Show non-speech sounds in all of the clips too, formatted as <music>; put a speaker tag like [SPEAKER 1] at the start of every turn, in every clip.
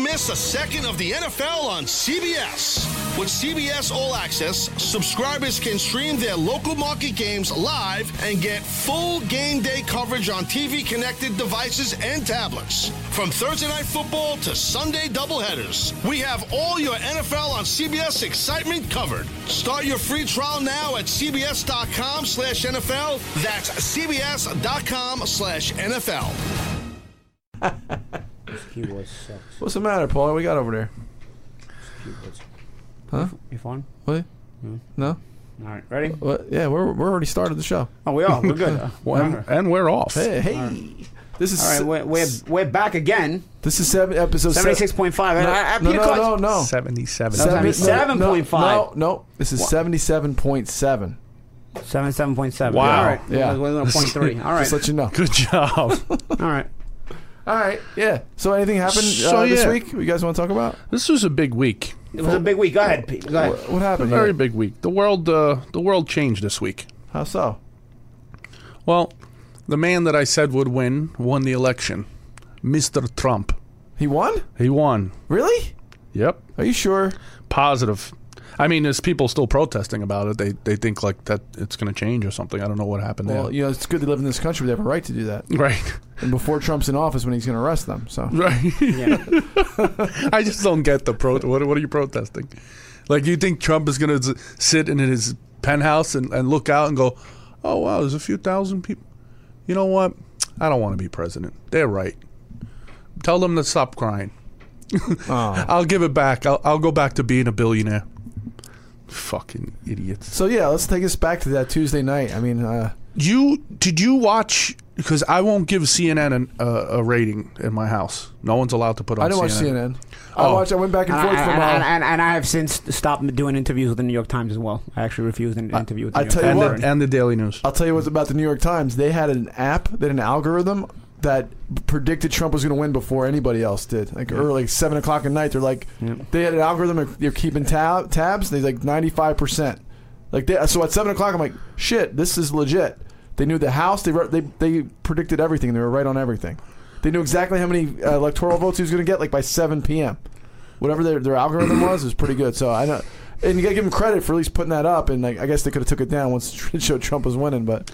[SPEAKER 1] miss a second of the NFL on CBS. With CBS All Access, subscribers can stream their local market games live and get full game day coverage on TV connected devices and tablets. From Thursday night football to Sunday doubleheaders, we have all your NFL on CBS excitement covered. Start your free trial now at cbs.com slash NFL. That's cbs.com slash NFL.
[SPEAKER 2] This keyboard sucks.
[SPEAKER 3] What's the matter, Paul? What we got over there?
[SPEAKER 2] Keyboards.
[SPEAKER 3] Huh?
[SPEAKER 2] You fine?
[SPEAKER 3] What? No?
[SPEAKER 2] All right, <laughs> ready?
[SPEAKER 3] What? Yeah, we're, we're already started the show.
[SPEAKER 2] Oh, we are. We're <laughs> good.
[SPEAKER 4] Well, and, and we're off.
[SPEAKER 3] Hey, hey. This is
[SPEAKER 2] All right,
[SPEAKER 3] se-
[SPEAKER 2] we're, we're, we're back again.
[SPEAKER 3] this is seven episode seven-
[SPEAKER 2] 76.5. I- I- I-
[SPEAKER 3] No, no,
[SPEAKER 2] because-
[SPEAKER 3] no, no, no.
[SPEAKER 4] Seventy-seven.
[SPEAKER 2] Seven-
[SPEAKER 3] Seven-
[SPEAKER 2] seven
[SPEAKER 3] no,
[SPEAKER 2] point
[SPEAKER 3] No,
[SPEAKER 2] five.
[SPEAKER 3] no, this is seventy-seven point seven.
[SPEAKER 2] 77.7.
[SPEAKER 4] Wow.
[SPEAKER 2] All right.
[SPEAKER 3] Yeah.
[SPEAKER 2] We're
[SPEAKER 3] <laughs>
[SPEAKER 2] going to point three. All right.
[SPEAKER 3] Just let you know.
[SPEAKER 4] Good job. <laughs>
[SPEAKER 2] All right.
[SPEAKER 3] All right, yeah. So anything happened uh,
[SPEAKER 4] So,
[SPEAKER 3] this
[SPEAKER 4] yeah.
[SPEAKER 3] week? You guys want to talk about
[SPEAKER 4] this was a big week.
[SPEAKER 2] It was a big week. Go ahead, Pete. Go ahead.
[SPEAKER 3] what happened?
[SPEAKER 4] Very
[SPEAKER 3] Here?
[SPEAKER 4] big week. The world. Uh, the world changed this week.
[SPEAKER 3] How so?
[SPEAKER 4] Well, the man that I said would win won the election, Mr. Trump.
[SPEAKER 3] He won?
[SPEAKER 4] He won.
[SPEAKER 3] Really?
[SPEAKER 4] Yep.
[SPEAKER 3] Are you sure?
[SPEAKER 4] Positive. I mean, there's people still protesting about it. They they think like that it's going to change or something. I don't know what happened
[SPEAKER 3] Well,
[SPEAKER 4] there.
[SPEAKER 3] you know, it's good to live in this country. They have a right to do that.
[SPEAKER 4] Right.
[SPEAKER 3] And before Trump's in office, when he's going to arrest them, so
[SPEAKER 4] Right.
[SPEAKER 2] Yeah.
[SPEAKER 4] <laughs> I just don't get the pro. What, what are you protesting? Like, you think Trump is going to sit in his penthouse and, and look out and go, oh, wow, there's a few thousand people. You know what? I don't want to be president. They're right. Tell them to stop crying.
[SPEAKER 3] Oh.
[SPEAKER 4] I'll give it back. I'll, I'll go back to being a billionaire. Fucking idiots.
[SPEAKER 3] so yeah. Let's take us back to that Tuesday night. I mean, uh,
[SPEAKER 4] You did you watch? Because I won't give CNN an, uh, a rating in my house. No one's allowed to put on.
[SPEAKER 3] I didn't watch CNN. I
[SPEAKER 4] Oh.
[SPEAKER 3] watched. I went back and
[SPEAKER 2] And, I-
[SPEAKER 3] forth
[SPEAKER 2] and,
[SPEAKER 3] for a
[SPEAKER 2] and,
[SPEAKER 3] while.
[SPEAKER 2] and, and I have since stopped doing interviews with the New York Times as well. I actually refused an interview with the
[SPEAKER 3] I
[SPEAKER 2] New York
[SPEAKER 3] tell you
[SPEAKER 2] Times.
[SPEAKER 4] And
[SPEAKER 3] what,
[SPEAKER 4] the, and the Daily News.
[SPEAKER 3] I'll tell you what's about the New York Times. They had an app, they had an algorithm that predicted Trump was going to win before anybody else did. Like early like seven o'clock at night, they're like, they had an algorithm. of- They're keeping tab, tabs. They like ninety five percent. Like they, so at seven o'clock, I'm like, shit, this is legit. They knew the house. They wrote- they they predicted everything. They were right on everything. They knew exactly how many uh, electoral votes he was going to get, like by seven p.m. Whatever their, their algorithm was is pretty good. So I know, and you got to give them credit for at least putting that up. And like, I guess they could have took it down once <laughs> it showed Trump was winning, but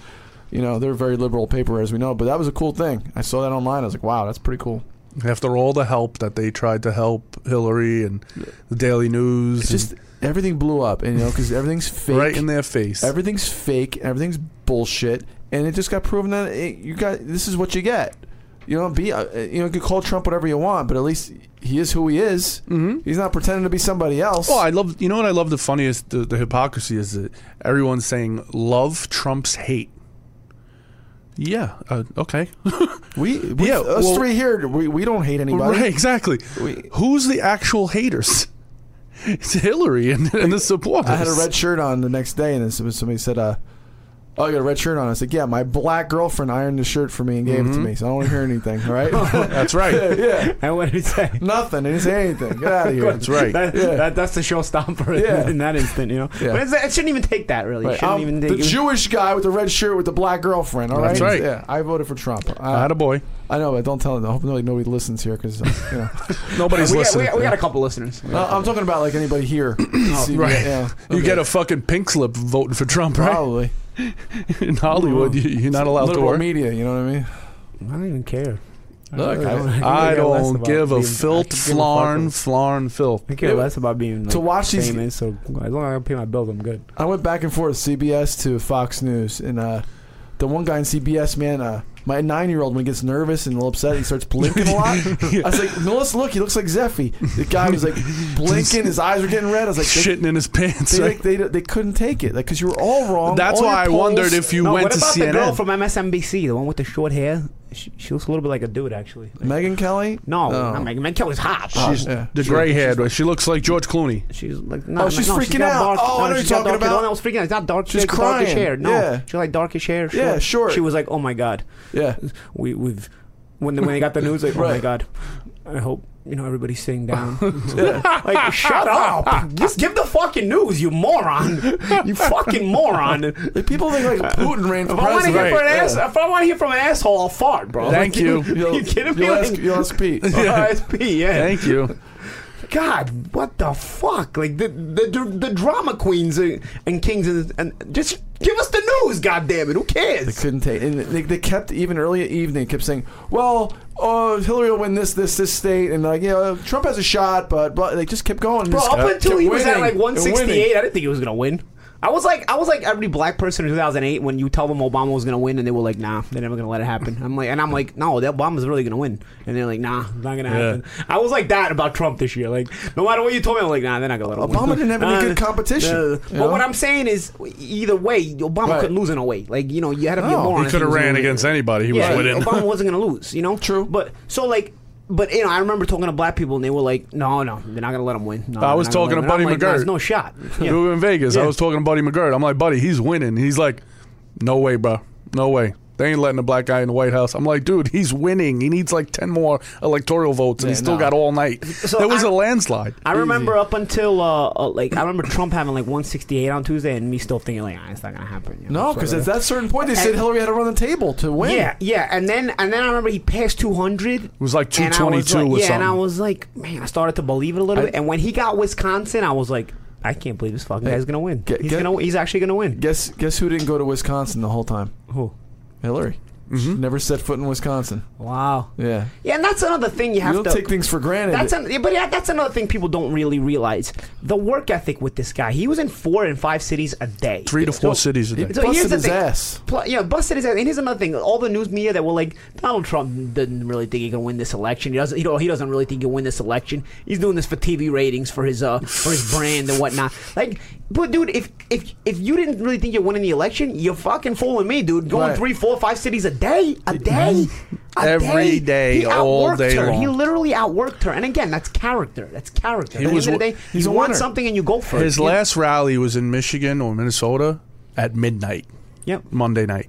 [SPEAKER 3] you know they're a very liberal paper as we know. But that was a cool thing. I saw that online. I was like, wow, that's pretty cool.
[SPEAKER 4] after all the help that they tried to help Hillary and the Daily News,
[SPEAKER 3] It's just everything blew up, and, you know, because <laughs> everything's fake.
[SPEAKER 4] and right in their face.
[SPEAKER 3] Everything's fake. Everything's bullshit, and it just got proven that it, you got this is what you get. You know, be uh, you know, you can call Trump whatever you want, but at least he is who he is. Mm-hmm. He's not pretending to be somebody else.
[SPEAKER 4] oh, I love. You know what I love? The funniest, the, the hypocrisy is that everyone's saying love trumps hate. Yeah. Uh, okay. <laughs>
[SPEAKER 3] we, we
[SPEAKER 4] Yeah,
[SPEAKER 3] us
[SPEAKER 4] well-
[SPEAKER 3] three here, we, we don't hate anybody.
[SPEAKER 4] right. Exactly.
[SPEAKER 3] We-
[SPEAKER 4] Who's the actual haters? <laughs> It's Hillary and, and the supporters.
[SPEAKER 3] I had a
[SPEAKER 4] <laughs>
[SPEAKER 3] red shirt on the next day, and then some- somebody said, uh, "Oh, you got a red shirt on." I said, "Yeah, my black girlfriend ironed the shirt for me and gave it
[SPEAKER 4] Mm-hmm.
[SPEAKER 3] to me, so I don't want to hear anything." All right, <laughs>
[SPEAKER 4] <laughs> That's right.
[SPEAKER 3] yeah,
[SPEAKER 2] And what did he say?
[SPEAKER 3] nothing. I didn't say anything. Get out of here.
[SPEAKER 4] That's right.
[SPEAKER 2] That,
[SPEAKER 3] <laughs> Yeah.
[SPEAKER 2] that, that's the showstopper
[SPEAKER 3] Yeah.
[SPEAKER 2] in, in that instant, you know.
[SPEAKER 3] Yeah.
[SPEAKER 2] But it's, it shouldn't even take that, really. It
[SPEAKER 3] Right,
[SPEAKER 2] shouldn't
[SPEAKER 3] I'm
[SPEAKER 2] even
[SPEAKER 3] the
[SPEAKER 2] take.
[SPEAKER 3] Jewish guy with the red shirt with the black girlfriend. All right,
[SPEAKER 4] That's right.
[SPEAKER 3] Yeah, I voted for Trump. I,
[SPEAKER 4] I had a boy.
[SPEAKER 3] I know, but don't tell him. I hope nobody, nobody listens here because you
[SPEAKER 4] <laughs>
[SPEAKER 3] know.
[SPEAKER 4] Nobody's
[SPEAKER 2] we, got, we,
[SPEAKER 4] listening.
[SPEAKER 2] got, we got a couple listeners.
[SPEAKER 3] No, I'm talking about like anybody
[SPEAKER 4] <coughs>
[SPEAKER 3] here. See,
[SPEAKER 4] Oh, right.
[SPEAKER 3] Yeah.
[SPEAKER 4] You get a fucking pink slip voting for Trump, right?
[SPEAKER 3] Probably
[SPEAKER 4] <laughs> In Hollywood, you, you're not allowed to
[SPEAKER 3] liberal
[SPEAKER 4] work.
[SPEAKER 3] media. You know what I mean?
[SPEAKER 2] I don't even care.
[SPEAKER 3] Look,
[SPEAKER 2] really-
[SPEAKER 3] I-
[SPEAKER 2] really
[SPEAKER 4] I
[SPEAKER 2] care less
[SPEAKER 4] don't
[SPEAKER 2] about
[SPEAKER 4] give a
[SPEAKER 2] being-
[SPEAKER 4] filth,
[SPEAKER 2] I could give a
[SPEAKER 4] flarn,
[SPEAKER 2] fuck.
[SPEAKER 4] flarn, filth.
[SPEAKER 2] I care less about being like,
[SPEAKER 3] To watch these-
[SPEAKER 2] famous. So as long as I pay my bills, I'm good.
[SPEAKER 3] I went back and forth CBS to Fox News, and uh, the one guy in CBS, man, uh, my nine-year-old when he gets nervous and a little upset, he starts blinking a
[SPEAKER 4] <laughs>
[SPEAKER 3] lot. I was like, "No, let's look. He looks like Zeffy." The guy was like blinking; his eyes were getting red. I was like, they-
[SPEAKER 4] Shitting in his pants.
[SPEAKER 3] They,
[SPEAKER 4] right?
[SPEAKER 3] they, they, they couldn't take it, like because you were all wrong.
[SPEAKER 4] That's
[SPEAKER 3] all
[SPEAKER 4] why I
[SPEAKER 3] your polls-
[SPEAKER 4] wondered if you
[SPEAKER 2] No,
[SPEAKER 4] went
[SPEAKER 2] what
[SPEAKER 4] to
[SPEAKER 2] about the girl
[SPEAKER 4] CNN.
[SPEAKER 2] from MSNBC, the one with the short hair? She, she looks a little bit like a dude, actually.
[SPEAKER 3] Megan Kelly.
[SPEAKER 2] No,
[SPEAKER 3] Oh.
[SPEAKER 2] not Megan. Megan Kelly's hot.
[SPEAKER 3] She's-
[SPEAKER 2] She's,
[SPEAKER 3] Yeah.
[SPEAKER 4] the gray haired one. She looks like George Clooney.
[SPEAKER 2] she's like not,
[SPEAKER 3] Oh, she's
[SPEAKER 2] no,
[SPEAKER 3] freaking
[SPEAKER 2] got
[SPEAKER 3] out.
[SPEAKER 2] Dark,
[SPEAKER 3] Oh, I
[SPEAKER 2] no,
[SPEAKER 3] know what
[SPEAKER 2] she's
[SPEAKER 3] you're
[SPEAKER 2] got
[SPEAKER 3] talking
[SPEAKER 2] dark-
[SPEAKER 3] about.
[SPEAKER 2] No, I was freaking out. It's not dark.
[SPEAKER 3] She's
[SPEAKER 2] like darkish
[SPEAKER 3] crying.
[SPEAKER 2] hair. No,
[SPEAKER 3] Yeah.
[SPEAKER 2] she like darkish hair.
[SPEAKER 3] Yeah, short.
[SPEAKER 2] She was like, oh my god.
[SPEAKER 3] yeah.
[SPEAKER 2] we we've when they, when they got the news like oh my
[SPEAKER 3] Right.
[SPEAKER 2] god I hope you know, everybody's sitting <laughs> down. like, shut up! Just give the fucking news, you moron! You fucking moron!
[SPEAKER 3] Like, people think
[SPEAKER 4] <laughs>
[SPEAKER 3] like Putin ran for
[SPEAKER 2] If I want to
[SPEAKER 3] president.
[SPEAKER 2] hear from an
[SPEAKER 3] Yeah.
[SPEAKER 2] ass, if I want to hear from an asshole, I'll fart, bro.
[SPEAKER 4] Thank you.
[SPEAKER 2] you kidding me?
[SPEAKER 3] You'll ask,
[SPEAKER 2] Like-
[SPEAKER 3] you'll ask
[SPEAKER 2] <laughs>
[SPEAKER 3] Pete.
[SPEAKER 2] RSP, yeah.
[SPEAKER 4] Thank you.
[SPEAKER 2] God, what the fuck? Like the the the, the drama queens and, and kings and, and just give us the news, goddamn it! Who cares?
[SPEAKER 3] couldn't take. And they, they kept even early evening kept saying, "Well, uh, Hillary will win this, this, this state," and like, yeah, Trump has a shot, but blah. They just kept going.
[SPEAKER 2] Bro,
[SPEAKER 3] Just
[SPEAKER 2] up
[SPEAKER 3] kept
[SPEAKER 2] until he was at
[SPEAKER 3] Uh, winning
[SPEAKER 2] like
[SPEAKER 3] and winning.
[SPEAKER 2] 168, I didn't think he was gonna win. I was like, I was like every black person in 2008 when you tell them Obama was gonna win and they were like, nah, they're never gonna let it happen. I'm like, and I'm like, no, that Obama's really gonna win, and they're like, nah, it's not gonna happen. I was like that about Trump this year. Like, no matter what you told me, I'm like, nah, they're not gonna let him
[SPEAKER 3] Obama
[SPEAKER 2] win.
[SPEAKER 3] didn't have any
[SPEAKER 2] Nah,
[SPEAKER 3] good competition,
[SPEAKER 2] uh,
[SPEAKER 3] you
[SPEAKER 2] But
[SPEAKER 3] know?
[SPEAKER 2] what I'm saying is, either way, Obama
[SPEAKER 3] Right.
[SPEAKER 2] could lose in a way. Like, you know, you had to be a
[SPEAKER 3] No, he
[SPEAKER 2] moron.
[SPEAKER 4] He
[SPEAKER 2] if
[SPEAKER 4] could have
[SPEAKER 2] was
[SPEAKER 4] ran
[SPEAKER 2] gonna win.
[SPEAKER 4] against anybody. He was
[SPEAKER 2] Yeah,
[SPEAKER 4] winning.
[SPEAKER 2] Obama wasn't gonna lose, you know. True, but so like, but you know, I remember talking to black people and they were like, "No, no, they're not gonna let him win." No,
[SPEAKER 4] I was
[SPEAKER 2] they're not
[SPEAKER 4] talking
[SPEAKER 2] gonna let
[SPEAKER 4] to
[SPEAKER 2] him win." And I'm
[SPEAKER 4] Buddy
[SPEAKER 2] like, "No,
[SPEAKER 4] McGirt.
[SPEAKER 2] There's no
[SPEAKER 4] <laughs>
[SPEAKER 2] shot. <laughs> Yeah.
[SPEAKER 4] We were in Vegas. I
[SPEAKER 2] Yeah.
[SPEAKER 4] was talking to Buddy McGirt. I'm like, buddy, he's winning. He's like, no way, bro. No way. They ain't letting a black guy in the White House. I'm like, dude, he's winning. He needs like 10 more electoral votes, and he's still
[SPEAKER 3] no.
[SPEAKER 4] got all night.
[SPEAKER 2] So
[SPEAKER 4] there was
[SPEAKER 2] I-
[SPEAKER 4] a landslide.
[SPEAKER 2] I remember up until uh, uh, like I remember Trump having like 168 on Tuesday and me still thinking like, ah, "It's not gonna happen." you know,
[SPEAKER 3] No,
[SPEAKER 2] so-
[SPEAKER 3] because at that certain point, they said
[SPEAKER 2] And-
[SPEAKER 3] Hillary had to run the table to win.
[SPEAKER 2] Yeah, yeah, and then and then I remember he passed 200. It
[SPEAKER 4] was like 222
[SPEAKER 2] like,
[SPEAKER 4] or
[SPEAKER 2] Yeah, and I
[SPEAKER 4] something.
[SPEAKER 2] was like, man, I started to believe it a little bit. And when he got Wisconsin, I was like, I can't believe this fucking guy's gonna win.
[SPEAKER 3] get-
[SPEAKER 2] he's
[SPEAKER 3] get-
[SPEAKER 2] gonna win. he's actually gonna win.
[SPEAKER 3] Guess guess who didn't go to Wisconsin the whole time?
[SPEAKER 2] Who?
[SPEAKER 3] Hillary. She
[SPEAKER 4] Mm-hmm.
[SPEAKER 3] never set foot in Wisconsin.
[SPEAKER 2] Wow.
[SPEAKER 4] Uh,
[SPEAKER 3] Yeah.
[SPEAKER 2] Yeah, and that's another thing you
[SPEAKER 3] You
[SPEAKER 2] have
[SPEAKER 3] don't
[SPEAKER 2] to
[SPEAKER 3] take things for granted.
[SPEAKER 2] That's an, yeah, but yeah, that's another thing people don't really realize the work ethic with this guy. He was in four and five cities a day.
[SPEAKER 4] Three to four
[SPEAKER 2] So-
[SPEAKER 4] cities a day.
[SPEAKER 2] So here's
[SPEAKER 3] Busted
[SPEAKER 2] the
[SPEAKER 3] his
[SPEAKER 2] thing.
[SPEAKER 3] ass.
[SPEAKER 2] Pl- yeah, busted his ass. And here's another thing: all the news media that were like, Donald Trump doesn't really think he can win this election. He doesn't. He, don't, he doesn't really think he can win this election. He's doing this for TV ratings, for his uh, for his brand and whatnot. Like, but dude, if if if you didn't really think you're winning the election, you're fucking fooling me, dude. Going
[SPEAKER 3] Right.
[SPEAKER 2] three, four, five cities a day, a day, a
[SPEAKER 4] Every day,
[SPEAKER 2] He
[SPEAKER 4] all
[SPEAKER 2] outworked
[SPEAKER 4] day
[SPEAKER 2] her. He
[SPEAKER 4] long.
[SPEAKER 2] literally outworked her. And again, that's character. That's character. At the
[SPEAKER 4] was
[SPEAKER 2] end of the
[SPEAKER 4] wa-
[SPEAKER 2] day,
[SPEAKER 3] he's
[SPEAKER 2] you
[SPEAKER 3] a
[SPEAKER 2] want
[SPEAKER 3] winner.
[SPEAKER 2] something and you go for
[SPEAKER 4] His
[SPEAKER 2] it.
[SPEAKER 4] last rally was in Michigan or Minnesota at midnight,
[SPEAKER 2] Yep.
[SPEAKER 4] Monday night.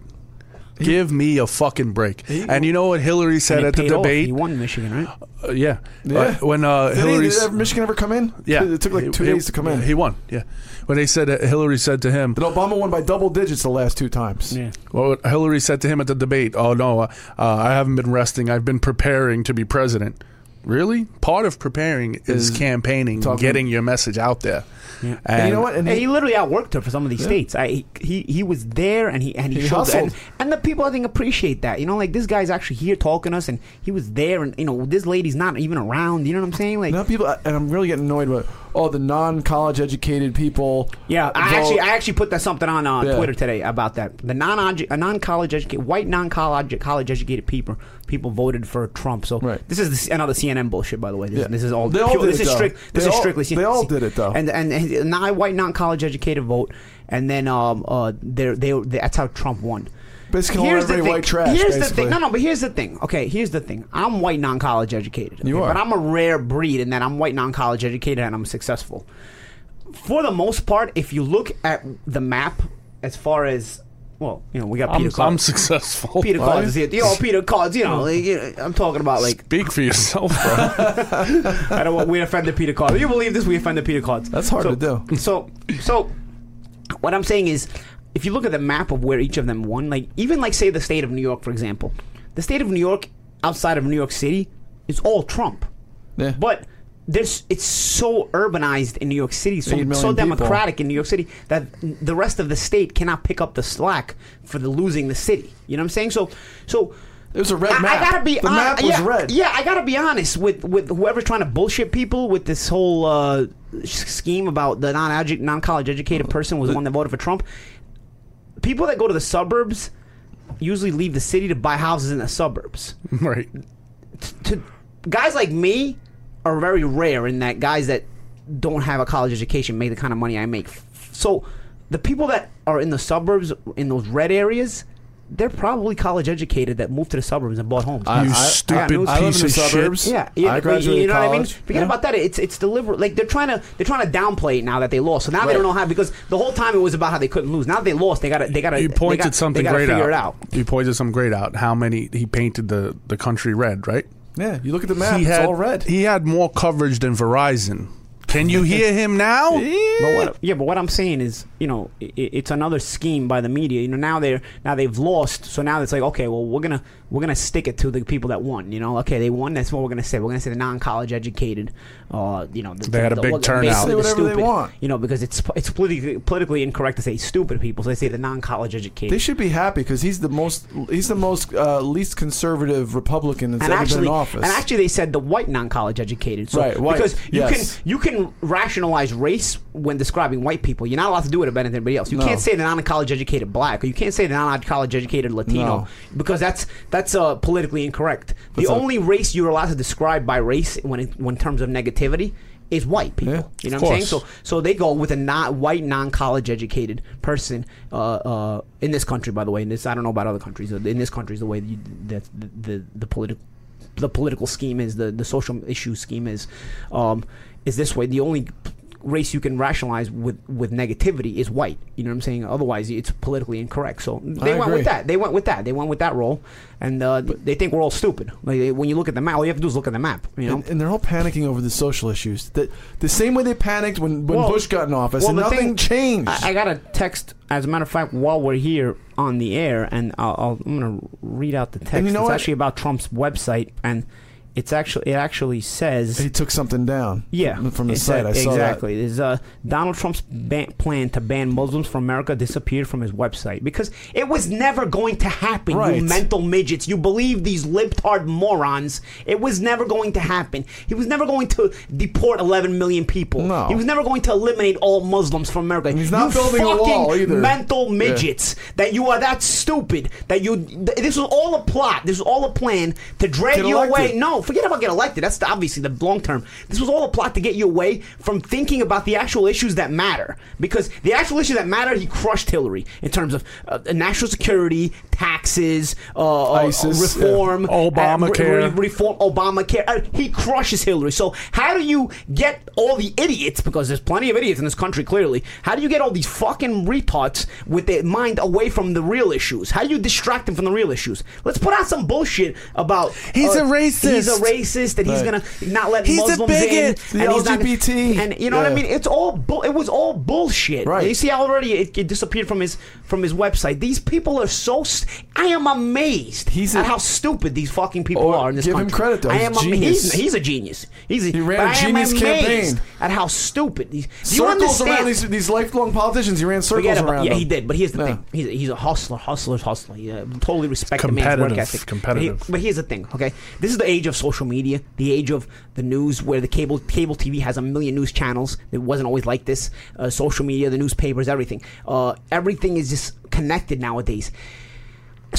[SPEAKER 4] Give me a fucking break. and you know what Hillary said
[SPEAKER 2] And it
[SPEAKER 4] at the
[SPEAKER 2] paid off.
[SPEAKER 4] debate?
[SPEAKER 2] He won Michigan, right?
[SPEAKER 4] Uh, yeah.
[SPEAKER 3] Yeah.
[SPEAKER 4] Uh, when uh,
[SPEAKER 3] Did, he,
[SPEAKER 4] Hillary.
[SPEAKER 3] did Michigan ever come in?
[SPEAKER 4] Yeah.
[SPEAKER 3] It took like two
[SPEAKER 4] He-
[SPEAKER 3] days to come in.
[SPEAKER 4] He won. Yeah. When they said, uh, Hillary said to him,
[SPEAKER 3] But Obama won by double digits the last two times.
[SPEAKER 4] Well, Hillary said to him at the debate, "Oh no, uh, I haven't been resting. I've been preparing to be president." Really, part of preparing is, campaigning,
[SPEAKER 3] talking-
[SPEAKER 4] getting your message out there. And,
[SPEAKER 3] And you know what? And
[SPEAKER 2] And he
[SPEAKER 3] he,
[SPEAKER 2] literally outworked her for some of these states. I he he was there and he and he,
[SPEAKER 3] He
[SPEAKER 2] showed
[SPEAKER 3] hustled.
[SPEAKER 2] and, and the people I think appreciate that. You know, like this guy's actually here talking to us and he was there and you know this lady's not even around. You know what I'm saying? Like
[SPEAKER 3] now people, and I'm really getting annoyed with all the non-college educated people.
[SPEAKER 2] Yeah, I
[SPEAKER 3] vote.
[SPEAKER 2] actually I actually put that something on uh,
[SPEAKER 3] Yeah.
[SPEAKER 2] Twitter today about that. The non non college educated white non college college educated people people voted for Trump. So
[SPEAKER 3] Right.
[SPEAKER 2] this is the, C- another CNN bullshit by the way. This,
[SPEAKER 3] Yeah.
[SPEAKER 2] this is all
[SPEAKER 3] They all
[SPEAKER 2] pure-
[SPEAKER 3] did
[SPEAKER 2] this
[SPEAKER 3] it,
[SPEAKER 2] is
[SPEAKER 3] though.
[SPEAKER 2] strict. This
[SPEAKER 3] They
[SPEAKER 2] is
[SPEAKER 3] all-
[SPEAKER 2] strictly CNN.
[SPEAKER 3] they all did it, though.
[SPEAKER 2] And and, and non white non college educated vote, and then um uh they they that's how Trump won.
[SPEAKER 3] Basically, all
[SPEAKER 2] the
[SPEAKER 3] everybody
[SPEAKER 2] thing.
[SPEAKER 3] white trash,
[SPEAKER 2] Here's the
[SPEAKER 3] basically.
[SPEAKER 2] thing. No, no, but here's the thing. Okay, here's the thing. I'm white, non-college educated.
[SPEAKER 3] You
[SPEAKER 2] okay,
[SPEAKER 3] are.
[SPEAKER 2] but I'm a rare breed in that I'm white, non-college educated, and I'm successful. For the most part, if you look at the map, as far as well, you know, we got
[SPEAKER 4] I'm,
[SPEAKER 2] Peter Cards.
[SPEAKER 4] I'm successful.
[SPEAKER 2] Peter
[SPEAKER 4] Why?
[SPEAKER 2] Cards is here. You
[SPEAKER 3] <laughs>
[SPEAKER 2] know, Peter Cards. You know, like, you know, I'm talking about like
[SPEAKER 4] <laughs> Speak for yourself, bro. <laughs>
[SPEAKER 2] I don't. want We offended Peter Cards. You believe this? We offended Peter Cards.
[SPEAKER 3] That's hard
[SPEAKER 2] So-
[SPEAKER 3] to do.
[SPEAKER 2] So, so what I'm saying is, if you look at the map of where each of them won, like even like say the state of New York, for example, the state of New York outside of New York City is all Trump.
[SPEAKER 3] Yeah.
[SPEAKER 2] But there's it's so urbanized in New York City, so,
[SPEAKER 3] Eight million
[SPEAKER 2] so
[SPEAKER 3] people.
[SPEAKER 2] democratic in New York City that the rest of the state cannot pick up the slack for the losing the city. You know what I'm saying? So, so.
[SPEAKER 3] It was a red
[SPEAKER 2] I,
[SPEAKER 3] map.
[SPEAKER 2] I gotta be
[SPEAKER 3] The
[SPEAKER 2] hon-
[SPEAKER 3] map was
[SPEAKER 2] yeah,
[SPEAKER 3] red.
[SPEAKER 2] Yeah, I gotta be honest with with whoever's trying to bullshit people with this whole uh, s- scheme about the non non college educated person was the one that voted for Trump. People that go to the suburbs usually leave the city to buy houses in the suburbs.
[SPEAKER 4] right.
[SPEAKER 2] To guys like me are very rare in that guys that don't have a college education make the kind of money I make. So the people that are in the suburbs in those red areas. They're probably college educated that moved to the suburbs and bought homes.
[SPEAKER 4] You
[SPEAKER 3] I-
[SPEAKER 4] stupid
[SPEAKER 2] I- I
[SPEAKER 3] I live
[SPEAKER 4] piece
[SPEAKER 3] in the
[SPEAKER 4] of
[SPEAKER 3] suburbs.
[SPEAKER 4] shit.
[SPEAKER 2] Yeah, yeah
[SPEAKER 3] I
[SPEAKER 2] but
[SPEAKER 3] graduated
[SPEAKER 2] you know what I mean.
[SPEAKER 3] college.
[SPEAKER 2] Forget
[SPEAKER 3] Yeah.
[SPEAKER 2] about that. It's it's deliberate. Like they're trying to they're trying to downplay it now that they lost. So now they don't know how because the whole time it was about how they couldn't lose. Now they lost. They got to they got to.
[SPEAKER 4] You pointed
[SPEAKER 2] they got,
[SPEAKER 4] something
[SPEAKER 2] they gotta
[SPEAKER 4] great
[SPEAKER 2] figure
[SPEAKER 4] out.
[SPEAKER 2] It out.
[SPEAKER 4] You pointed something great out. How many he painted the the country red, right?
[SPEAKER 3] Yeah, you look at the map;
[SPEAKER 4] he
[SPEAKER 3] it's
[SPEAKER 4] had
[SPEAKER 3] all red.
[SPEAKER 4] he had more coverage than Verizon. Can
[SPEAKER 3] <laughs>
[SPEAKER 4] you hear him now?
[SPEAKER 2] But what, yeah, but what I'm saying is, you know, i i- it's another scheme by the media. You know, now they're now they've lost, so now it's like, okay, well, we're gonna we're gonna stick it to the people that won. You know, okay, they won. That's what we're gonna say. We're gonna say the non-college educated, uh, you know, the,
[SPEAKER 4] They had a
[SPEAKER 2] the-
[SPEAKER 4] big
[SPEAKER 2] what-
[SPEAKER 4] turnout.
[SPEAKER 2] basically
[SPEAKER 3] Say
[SPEAKER 2] the
[SPEAKER 3] whatever they
[SPEAKER 2] stupid-
[SPEAKER 3] want.
[SPEAKER 2] You know, because it's it's politically politically incorrect to say stupid people. So they say the non-college educated.
[SPEAKER 3] They should be happy because he's the most he's the most uh, least conservative Republican that's
[SPEAKER 2] and
[SPEAKER 3] ever
[SPEAKER 2] actually,
[SPEAKER 3] been in office.
[SPEAKER 2] and actually, they said the white non-college educated. So,
[SPEAKER 3] Right, white,
[SPEAKER 2] Because you
[SPEAKER 3] yes.
[SPEAKER 2] can you can rationalize race when describing white people. You're not allowed to do it about anybody else. You can't say the non-college educated black, or you can't say the non-college educated Latino,
[SPEAKER 3] No.
[SPEAKER 2] because that's that's uh, politically incorrect. the only race you're allowed to describe by race when it, when in terms of negativity. Is white people,
[SPEAKER 3] Yeah,
[SPEAKER 2] you know
[SPEAKER 4] of
[SPEAKER 2] what I'm saying?
[SPEAKER 4] course.
[SPEAKER 2] So, so they go with a not white, non-college educated person uh, uh, in this country. By the way, in this I don't know about other countries. but In this country is the way you, that the the, the political the political scheme is the the social issue scheme is um, is this way. The only race you can rationalize with with negativity is white. You know what I'm saying? Otherwise, it's politically incorrect. So they
[SPEAKER 3] I
[SPEAKER 2] went
[SPEAKER 3] agree.
[SPEAKER 2] with that. They went with that. They went with that role, and uh, they think we're all stupid. Like they, when you look at the map, all you have to do is look at the map. You know.
[SPEAKER 3] and, and they're all panicking over the social issues. The, the same way they panicked when, when
[SPEAKER 2] Well,
[SPEAKER 3] Bush got in office,
[SPEAKER 2] well,
[SPEAKER 3] and
[SPEAKER 2] the thing-
[SPEAKER 3] nothing changed.
[SPEAKER 2] I, I got a text, as a matter of fact, while we're here on the air, and I'll, I'll, I'm going to read out the text.
[SPEAKER 3] you know
[SPEAKER 2] it's
[SPEAKER 3] what?
[SPEAKER 2] actually about Trump's website, and it's actually it actually says
[SPEAKER 3] he took something down.
[SPEAKER 2] yeah,
[SPEAKER 3] from the
[SPEAKER 2] it's
[SPEAKER 3] site,
[SPEAKER 2] a-
[SPEAKER 3] I saw that.
[SPEAKER 2] exactly. There's uh, Donald Trump's ban- plan to ban Muslims from America disappeared from his website because it was never going to happen.
[SPEAKER 3] Right.
[SPEAKER 2] You mental midgets, you believe these libtard morons. It was never going to happen. He was never going to deport 11 million people.
[SPEAKER 3] No.
[SPEAKER 2] he was never going to eliminate all Muslims from America.
[SPEAKER 3] he's not
[SPEAKER 2] you
[SPEAKER 3] building a
[SPEAKER 2] fucking
[SPEAKER 3] wall either.
[SPEAKER 2] Mental midgets, that you are that stupid. That you. Th- this was all a plot. This was all a plan to drag
[SPEAKER 3] Get
[SPEAKER 2] you away.
[SPEAKER 3] elected.
[SPEAKER 2] No. No, forget about get elected. That's the, obviously the long term. This was all a plot to get you away from thinking about the actual issues that matter. Because the actual issue that matter, he crushed Hillary in terms of uh, national security, taxes, uh, uh,
[SPEAKER 3] ISIS,
[SPEAKER 2] reform,
[SPEAKER 4] yeah. Obamacare.
[SPEAKER 2] uh, re- re- reform, Obamacare. Uh, he crushes Hillary. So how do you get all the idiots? Because there's plenty of idiots in this country. Clearly, how do you get all these fucking retards with their mind away from the real issues? How do you distract them from the real issues? Let's put out some bullshit about uh,
[SPEAKER 4] He's a racist.
[SPEAKER 2] He's a racist, and he's
[SPEAKER 3] Right.
[SPEAKER 2] gonna not let
[SPEAKER 4] He's a
[SPEAKER 2] Muslims
[SPEAKER 4] bigot.
[SPEAKER 2] in.
[SPEAKER 3] The
[SPEAKER 2] and he's not-
[SPEAKER 3] LGBT.
[SPEAKER 2] and you know what I
[SPEAKER 3] Yeah.
[SPEAKER 2] mean? It's all bu- it was all bullshit.
[SPEAKER 3] Right.
[SPEAKER 2] You see how already it, it disappeared from his from his website. These people are so. St- I am amazed
[SPEAKER 3] He's a-
[SPEAKER 2] at how stupid these fucking people
[SPEAKER 3] Or
[SPEAKER 2] are in this
[SPEAKER 3] give him
[SPEAKER 2] country.
[SPEAKER 3] credit, though.
[SPEAKER 2] I
[SPEAKER 3] He's
[SPEAKER 2] am am-
[SPEAKER 3] genius.
[SPEAKER 2] he's, he's a genius. He's a,
[SPEAKER 3] He ran
[SPEAKER 2] but
[SPEAKER 3] a
[SPEAKER 2] I am
[SPEAKER 3] genius
[SPEAKER 2] amazed
[SPEAKER 3] campaign.
[SPEAKER 2] at how stupid these. Do you
[SPEAKER 3] circles
[SPEAKER 2] understand?
[SPEAKER 3] around these, these lifelong politicians. He ran circles
[SPEAKER 2] Forget about,
[SPEAKER 3] around.
[SPEAKER 2] yeah,
[SPEAKER 3] them.
[SPEAKER 2] he did. But here's the
[SPEAKER 3] Yeah.
[SPEAKER 2] thing: he's a, he's a hustler, hustler, hustler. He, uh, totally respect the man's work
[SPEAKER 4] Competitive,
[SPEAKER 2] ethic.
[SPEAKER 4] competitive.
[SPEAKER 2] But, he- but here's the thing: okay, this is the age of social media, the age of the news, where the cable cable TV has a million news channels. It wasn't always like this. Uh, social media, the newspapers, everything. Uh, everything is just connected nowadays.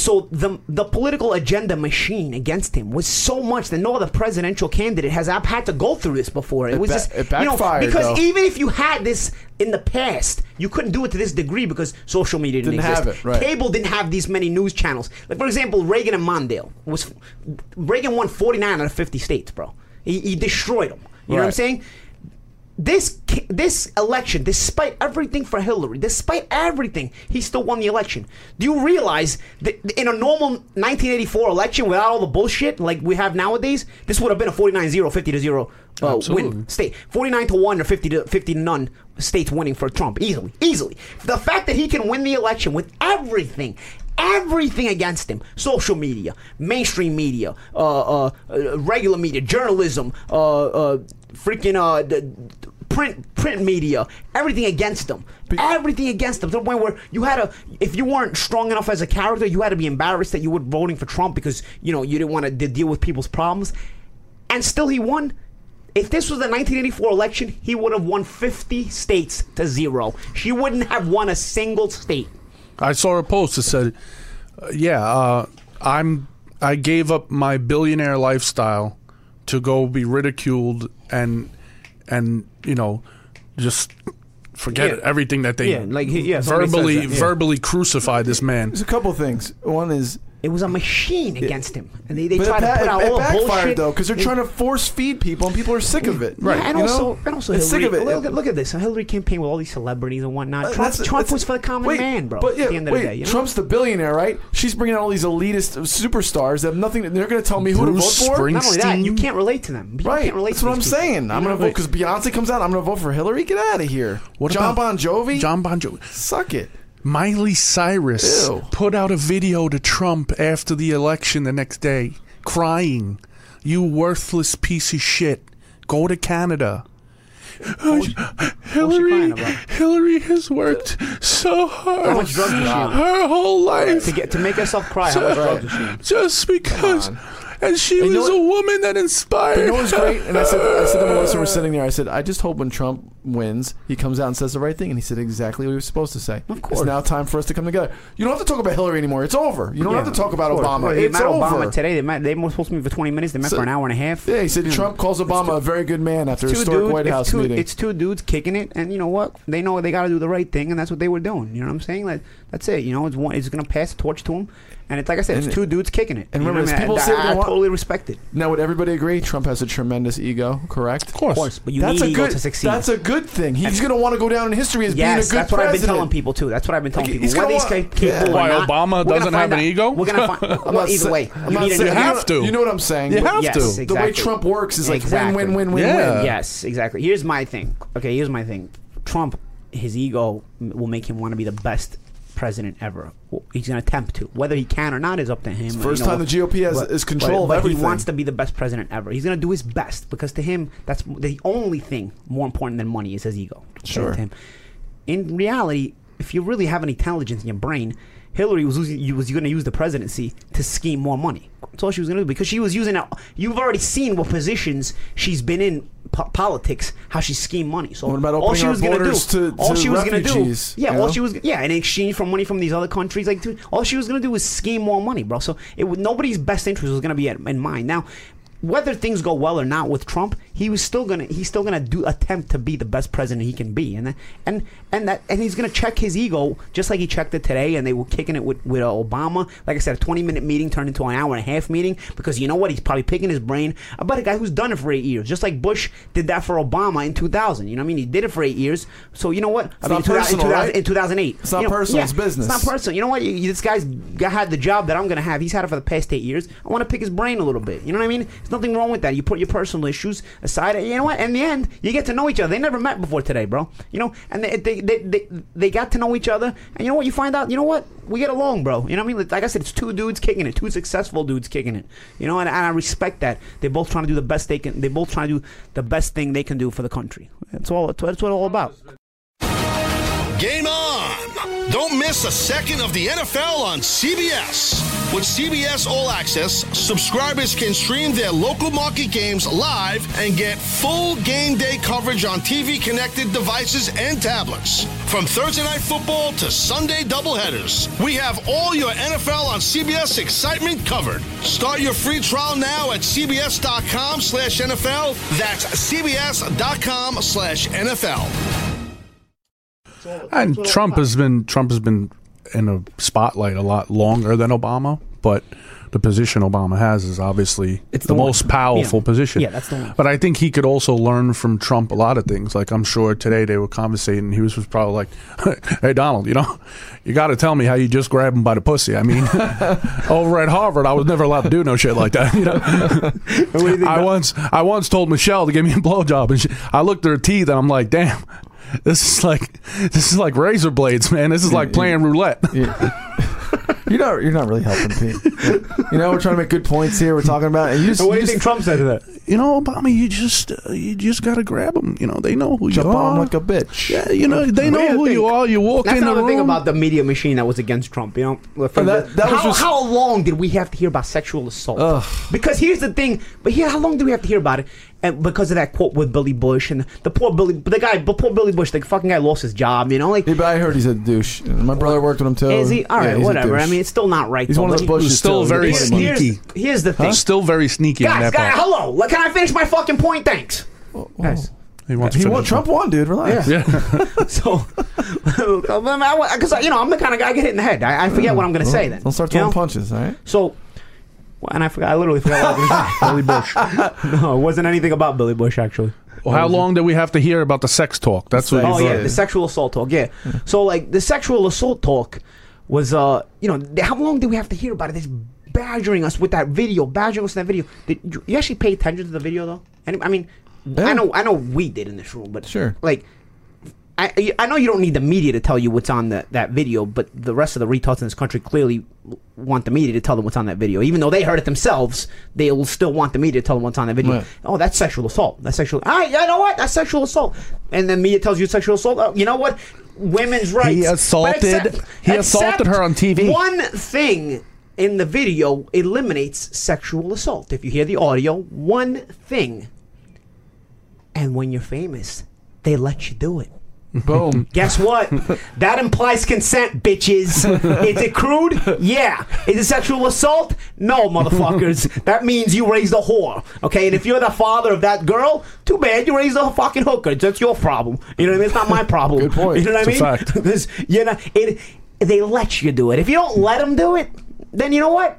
[SPEAKER 2] So the the political agenda machine against him was so much that no other presidential candidate has I've had to go through this before. It, was
[SPEAKER 3] ba-
[SPEAKER 2] just
[SPEAKER 3] it
[SPEAKER 2] you know,
[SPEAKER 3] backfired,
[SPEAKER 2] because
[SPEAKER 3] though.
[SPEAKER 2] even if you had this in the past, you couldn't do it to this degree because social media didn't,
[SPEAKER 3] Didn't
[SPEAKER 2] exist.
[SPEAKER 3] have it, right.
[SPEAKER 2] Cable didn't have these many news channels. Like for example, Reagan and Mondale was Reagan won 49 out of 50 states, bro. He, he destroyed them. You know what I'm
[SPEAKER 3] Right.
[SPEAKER 2] saying? this ki- this election, despite everything for Hillary, despite everything, he still won the election. Do you realize that in a normal 1984 election, without all the bullshit like we have nowadays, this would have been a 49-0, 50 to 0 uh, win state, 49 to one or 50 to 50 to none states winning for Trump easily, easily. The fact that he can win the election with everything. Everything against him: social media, mainstream media, uh, uh, uh, regular media, journalism, uh, uh, freaking uh, the, print print media, everything against them. everything against them. To the point where you had to, if you weren't strong enough as a character, you had to be embarrassed that you were voting for Trump because you know you didn't want to deal with people's problems. And still, he won. If this was the 1984 election, he would have won 50 states to zero. She wouldn't have won a single state.
[SPEAKER 4] I saw a post that said, uh, "Yeah, uh, I'm. I gave up my billionaire lifestyle to go be ridiculed and and you know just forget
[SPEAKER 2] Yeah.
[SPEAKER 4] everything that they
[SPEAKER 2] Yeah, like he- yeah, somebody says
[SPEAKER 4] verbally
[SPEAKER 2] that, yeah.
[SPEAKER 4] verbally crucify this man."
[SPEAKER 3] There's a couple things. One is
[SPEAKER 2] It was a machine against him, and they, they
[SPEAKER 3] But
[SPEAKER 2] tried
[SPEAKER 3] it,
[SPEAKER 2] to
[SPEAKER 3] ba-
[SPEAKER 2] put out
[SPEAKER 3] it
[SPEAKER 2] all the
[SPEAKER 3] backfired
[SPEAKER 2] bullshit
[SPEAKER 3] though, because they're
[SPEAKER 2] They-
[SPEAKER 3] trying to force feed people, and people are sick of it.
[SPEAKER 4] Right.
[SPEAKER 2] Yeah, and
[SPEAKER 3] You
[SPEAKER 2] also,
[SPEAKER 3] know?
[SPEAKER 2] and also,
[SPEAKER 3] They're sick
[SPEAKER 2] Hillary,
[SPEAKER 3] of it.
[SPEAKER 2] Look, at- look at this: a Hillary campaign with all these celebrities and whatnot.
[SPEAKER 3] Uh,
[SPEAKER 2] Trump,
[SPEAKER 3] that's-
[SPEAKER 2] Trump
[SPEAKER 3] that's-
[SPEAKER 2] was for the common
[SPEAKER 3] wait,
[SPEAKER 2] man, bro.
[SPEAKER 3] But yeah,
[SPEAKER 2] at the end
[SPEAKER 3] wait,
[SPEAKER 2] of the day, you know?
[SPEAKER 3] Trump's the billionaire, right? She's bringing all these elitist superstars that have nothing. They're going to tell me who to vote
[SPEAKER 4] Bruce
[SPEAKER 3] for.
[SPEAKER 4] Springsteen.
[SPEAKER 2] Not only that, you can't relate to them. You
[SPEAKER 3] Right.
[SPEAKER 2] can't relate
[SPEAKER 3] That's
[SPEAKER 2] to
[SPEAKER 3] what I'm
[SPEAKER 2] these people.
[SPEAKER 3] saying. I'm
[SPEAKER 2] You
[SPEAKER 3] going
[SPEAKER 2] know?
[SPEAKER 3] to vote because Beyonce comes out. I'm going to vote for Hillary. Get out of here.
[SPEAKER 4] What
[SPEAKER 3] John
[SPEAKER 4] about-
[SPEAKER 3] Bon Jovi?
[SPEAKER 4] John Bon Jovi.
[SPEAKER 3] Suck it.
[SPEAKER 4] Miley Cyrus
[SPEAKER 3] Ew.
[SPEAKER 4] put out a video to Trump after the election the next day, crying, "You worthless piece of shit, go to Canada."
[SPEAKER 2] crying
[SPEAKER 4] Hillary,
[SPEAKER 2] about?
[SPEAKER 4] Hillary has worked so
[SPEAKER 2] How much
[SPEAKER 4] hard
[SPEAKER 2] drugs is she on?
[SPEAKER 4] her whole
[SPEAKER 2] To
[SPEAKER 4] life
[SPEAKER 2] get to make herself cry, how much drugs is she on?
[SPEAKER 4] just because, and she
[SPEAKER 3] you know
[SPEAKER 4] was
[SPEAKER 3] what-
[SPEAKER 4] a woman that inspired.
[SPEAKER 3] You know what's
[SPEAKER 4] her.
[SPEAKER 3] great? And I said, I said to Melissa, we're sitting there. I said, I just hope when Trump wins, he comes out and says the right thing. And he said exactly what he was supposed to say. Of
[SPEAKER 2] course.
[SPEAKER 3] It's now time for us to come together. You don't have to talk about Hillary anymore. It's over. You don't
[SPEAKER 2] Yeah,
[SPEAKER 3] have to talk about
[SPEAKER 2] of course.
[SPEAKER 3] Obama.
[SPEAKER 2] Well, They
[SPEAKER 3] it's
[SPEAKER 2] met
[SPEAKER 3] over.
[SPEAKER 2] Obama today. They met. They were supposed to meet for 20 minutes. They met
[SPEAKER 3] So-
[SPEAKER 2] for an hour and a half.
[SPEAKER 3] Yeah, he said Trump calls Obama a very good man after a
[SPEAKER 2] Two
[SPEAKER 3] historic
[SPEAKER 2] dudes,
[SPEAKER 3] White
[SPEAKER 2] Hmm. it's
[SPEAKER 3] House
[SPEAKER 2] two,
[SPEAKER 3] meeting.
[SPEAKER 2] it's two dudes kicking it, and you know what? They know they got to do the right thing, and that's what they were doing. You know what I'm saying? Like that's it. You know, it's one. It's gonna pass the torch to him, and it's like I said, it's
[SPEAKER 3] And-
[SPEAKER 2] two dudes kicking it.
[SPEAKER 3] and
[SPEAKER 2] you know
[SPEAKER 3] remember,
[SPEAKER 2] what I
[SPEAKER 3] it's people
[SPEAKER 2] I-
[SPEAKER 3] say what they
[SPEAKER 2] I,
[SPEAKER 3] want.
[SPEAKER 2] totally respect it.
[SPEAKER 3] Now, would everybody agree Trump has a tremendous ego? Correct. Of
[SPEAKER 2] course, but you
[SPEAKER 3] that's
[SPEAKER 2] need
[SPEAKER 3] a
[SPEAKER 2] ego
[SPEAKER 3] good,
[SPEAKER 2] to succeed.
[SPEAKER 3] That's a good thing. He's going to want to go down in history as
[SPEAKER 2] Yes,
[SPEAKER 3] being a good
[SPEAKER 2] that's what I've been
[SPEAKER 3] president.
[SPEAKER 2] telling people too. That's what I've been telling
[SPEAKER 3] Like, he's
[SPEAKER 2] people. Whether
[SPEAKER 3] gonna
[SPEAKER 2] he's
[SPEAKER 3] want-
[SPEAKER 2] capable
[SPEAKER 4] Why
[SPEAKER 2] or not,
[SPEAKER 4] Obama
[SPEAKER 2] we're gonna
[SPEAKER 4] doesn't
[SPEAKER 2] find
[SPEAKER 4] have an
[SPEAKER 2] out.
[SPEAKER 4] ego?
[SPEAKER 2] We're gonna
[SPEAKER 4] <laughs>
[SPEAKER 2] find.
[SPEAKER 3] I'm
[SPEAKER 2] well,
[SPEAKER 3] not
[SPEAKER 2] either
[SPEAKER 3] sa-
[SPEAKER 2] way,
[SPEAKER 3] I'm
[SPEAKER 2] you
[SPEAKER 3] not
[SPEAKER 2] need an
[SPEAKER 3] saying-
[SPEAKER 4] You
[SPEAKER 2] ego.
[SPEAKER 4] have to.
[SPEAKER 3] You know what I'm saying?
[SPEAKER 4] You
[SPEAKER 3] But
[SPEAKER 4] have
[SPEAKER 2] yes,
[SPEAKER 4] to.
[SPEAKER 2] Exactly.
[SPEAKER 3] The way Trump works is like
[SPEAKER 2] Exactly.
[SPEAKER 3] win, win, win, win,
[SPEAKER 4] Yeah.
[SPEAKER 3] win.
[SPEAKER 2] Yes, exactly. Here's my thing. Okay, here's my thing. Trump, his ego m- will make him want to be the best president ever. Well, He's going to attempt to. Whether he can or not is up to him.
[SPEAKER 3] first time the GOP has- is control of
[SPEAKER 2] but
[SPEAKER 3] everything.
[SPEAKER 2] He wants to be the best president ever. He's going to do his best because to him, that's m- the only thing more important than money is his ego.
[SPEAKER 3] Sure.
[SPEAKER 2] To him. In reality, if you really have any intelligence in your brain, Hillary was using, you was going to use the presidency to scheme more money. That's all she was going to do because she was using. A, you've already seen what positions she's been in po- politics, how she schemed money. So
[SPEAKER 3] What about
[SPEAKER 2] all
[SPEAKER 3] opening
[SPEAKER 2] she
[SPEAKER 3] our
[SPEAKER 2] was going to
[SPEAKER 3] borders
[SPEAKER 2] do,
[SPEAKER 3] to-
[SPEAKER 2] all
[SPEAKER 3] to
[SPEAKER 2] she was going to do,
[SPEAKER 3] refugees,
[SPEAKER 2] yeah,
[SPEAKER 3] you
[SPEAKER 2] all
[SPEAKER 3] know?
[SPEAKER 2] she was, yeah, in exchange for money from these other countries, like dude, all she was going to do was scheme more money, bro. So it would, nobody's best interest was going to be at, in mind now. Whether things go well or not with Trump, he was still gonna he's still gonna do attempt to be the best president he can be, and that, and and that and he's gonna check his ego just like he checked it today, and they were kicking it with with uh, Obama. Like I said, a twenty minute meeting turned into an hour and a half meeting because you know what? He's probably picking his brain about a guy who's done it for eight years, just like Bush did that for Obama in two thousand. You know what I mean? He did it for eight years, so you know what? I
[SPEAKER 3] It's not
[SPEAKER 2] in 2000
[SPEAKER 3] personal,
[SPEAKER 2] in, 2000
[SPEAKER 3] right?
[SPEAKER 2] in 2008.
[SPEAKER 3] It's not
[SPEAKER 2] You know,
[SPEAKER 3] personal,
[SPEAKER 2] yeah,
[SPEAKER 3] it's business.
[SPEAKER 2] It's not personal. You know what? You- you- this guy's g- had the job that I'm going to have. He's had it for the past eight years. I want to pick his brain a little bit. You know what I mean? There's nothing wrong with that. You put your personal issues aside. and You know what? In the end, you get to know each other. They never met before today, bro. You know, and they they, they, they they got to know each other. And you know what? You find out, you know what? We get along, bro. You know what I mean? Like I said, it's two dudes kicking it, two successful dudes kicking it. You know, and, and I respect that. They're both trying to do the best they can. They're both trying to do the best thing they can do for the country. That's all. That's what it's all about.
[SPEAKER 1] Game on! Don't miss a second of the NFL on CBS. With CBS All Access, subscribers can stream their local market games live and get full game day coverage on TV connected devices and tablets. From Thursday night football to Sunday doubleheaders, we have all your NFL on CBS excitement covered. Start your free trial now at cbs.com slash NFL. That's cbs.com slash NFL.
[SPEAKER 4] And Trump has been Trump has been in a spotlight a lot longer than Obama, but the position Obama has is obviously
[SPEAKER 2] It's
[SPEAKER 4] the,
[SPEAKER 2] the one.
[SPEAKER 4] most powerful
[SPEAKER 2] Yeah.
[SPEAKER 4] position.
[SPEAKER 2] Yeah, that's the one.
[SPEAKER 4] But I think he could also learn from Trump a lot of things. Like I'm sure today they were conversating. He was, was probably like, <laughs> "Hey Donald, you know, you got to tell me how you just grab him by the pussy." I mean, <laughs> over at Harvard, I was never allowed to do no shit like that. <laughs> You know, I once I once told Michelle to give me a blowjob, and she, I looked at her teeth, and I'm like, damn. This is like this is like razor blades, man. This is like playing roulette.
[SPEAKER 3] <laughs> You're not. You're not really helping, Pete. you know, we're trying to make good points here. We're talking about. And you just, you just
[SPEAKER 2] Trump said to that?
[SPEAKER 4] You know, Obama, you just uh, you just gotta grab them. You know, they know who
[SPEAKER 3] jump
[SPEAKER 4] you
[SPEAKER 3] on
[SPEAKER 4] are.
[SPEAKER 3] like a bitch?
[SPEAKER 4] yeah, you know, they know
[SPEAKER 2] do you
[SPEAKER 4] who you
[SPEAKER 2] think?
[SPEAKER 4] are. You walk
[SPEAKER 2] That's
[SPEAKER 4] in the
[SPEAKER 2] another
[SPEAKER 4] room.
[SPEAKER 2] thing about the media machine that was against Trump. You know, From
[SPEAKER 3] that-
[SPEAKER 2] the-
[SPEAKER 3] that was
[SPEAKER 2] how,
[SPEAKER 3] just-
[SPEAKER 2] how long did we have to hear about sexual assault?
[SPEAKER 3] Ugh.
[SPEAKER 2] Because here's the thing. But here, how long do we have to hear about it? And because of that quote with Billy Bush and the poor Billy, the guy, the poor Billy Bush, the fucking guy lost his job. You know, like
[SPEAKER 3] Yeah, but I heard he's a douche. My brother worked with him too.
[SPEAKER 2] is he? All
[SPEAKER 3] Yeah,
[SPEAKER 2] right,
[SPEAKER 3] he's a
[SPEAKER 2] whatever.
[SPEAKER 3] douche.
[SPEAKER 2] I mean, it's still not right.
[SPEAKER 3] he's
[SPEAKER 2] though,
[SPEAKER 3] one
[SPEAKER 2] but
[SPEAKER 3] of those
[SPEAKER 2] he-
[SPEAKER 3] Bushes.
[SPEAKER 4] still
[SPEAKER 3] too.
[SPEAKER 4] very
[SPEAKER 3] He's
[SPEAKER 2] Here's,
[SPEAKER 3] money.
[SPEAKER 4] sneaky.
[SPEAKER 2] here's, here's the thing,
[SPEAKER 4] Still very sneaky on
[SPEAKER 2] guys.
[SPEAKER 4] that
[SPEAKER 2] guys
[SPEAKER 4] part.
[SPEAKER 3] Oh,
[SPEAKER 2] hello, Look, can I finish my fucking point? Thanks, guys.
[SPEAKER 4] He wants.
[SPEAKER 3] He
[SPEAKER 4] to
[SPEAKER 3] won.
[SPEAKER 4] finish.
[SPEAKER 3] Trump won, dude. Relax.
[SPEAKER 4] Yeah. <laughs>
[SPEAKER 2] <laughs> So, because you know I'm the kind of guy I get hit in the head. I, I forget what I'm going to say then.
[SPEAKER 3] Mm. Don't start
[SPEAKER 2] you
[SPEAKER 3] throwing
[SPEAKER 2] know?
[SPEAKER 3] punches. All right.
[SPEAKER 2] So, well, and I forgot. I literally forgot. What I
[SPEAKER 3] <laughs>
[SPEAKER 4] Billy Bush.
[SPEAKER 2] was gonna say. no, it wasn't anything about Billy Bush actually.
[SPEAKER 4] Well, how long do we have to hear about the sex talk? That's what.
[SPEAKER 2] Oh
[SPEAKER 4] he's
[SPEAKER 2] yeah,
[SPEAKER 4] like.
[SPEAKER 2] the sexual assault talk. Yeah. So like the sexual assault talk was uh you know th- how long do we have to hear about it? This badgering us with that video, badgering us in that video. Did you, you actually pay attention to the video though? And I mean,
[SPEAKER 3] Yeah.
[SPEAKER 2] I know I know we did in this room, but
[SPEAKER 3] Sure.
[SPEAKER 2] like. I- I, I know you don't need the media to tell you what's on the, that video, but the rest of the retards in this country clearly want the media to tell them what's on that video. Even though they heard it themselves, they will still want the media to tell them what's on that video.
[SPEAKER 3] Right.
[SPEAKER 2] Oh, that's sexual assault. That's sexual. I, you know what? That's sexual assault. And then media tells you it's sexual assault. Oh, you know what? Women's rights. But
[SPEAKER 4] assaulted- he assaulted her on TV.
[SPEAKER 2] One thing in the video eliminates sexual assault. If you hear the audio, one thing. And when you're famous, they let you do it.
[SPEAKER 3] Boom.
[SPEAKER 2] Guess
[SPEAKER 3] <laughs>
[SPEAKER 2] what? that implies consent, bitches. Is it crude? Yeah. Is it sexual assault? No,
[SPEAKER 3] <laughs>
[SPEAKER 2] motherfuckers. that means you raised a whore. Okay, and if you're the father of that girl, too bad you raised a fucking hooker. That's your problem. You know what I mean? It's not my problem.
[SPEAKER 3] Good point.
[SPEAKER 2] <laughs> You know what
[SPEAKER 4] It's a
[SPEAKER 2] I mean?
[SPEAKER 4] fact.
[SPEAKER 2] this, you know, it, they let you do it. If you don't let them do it, then you know what?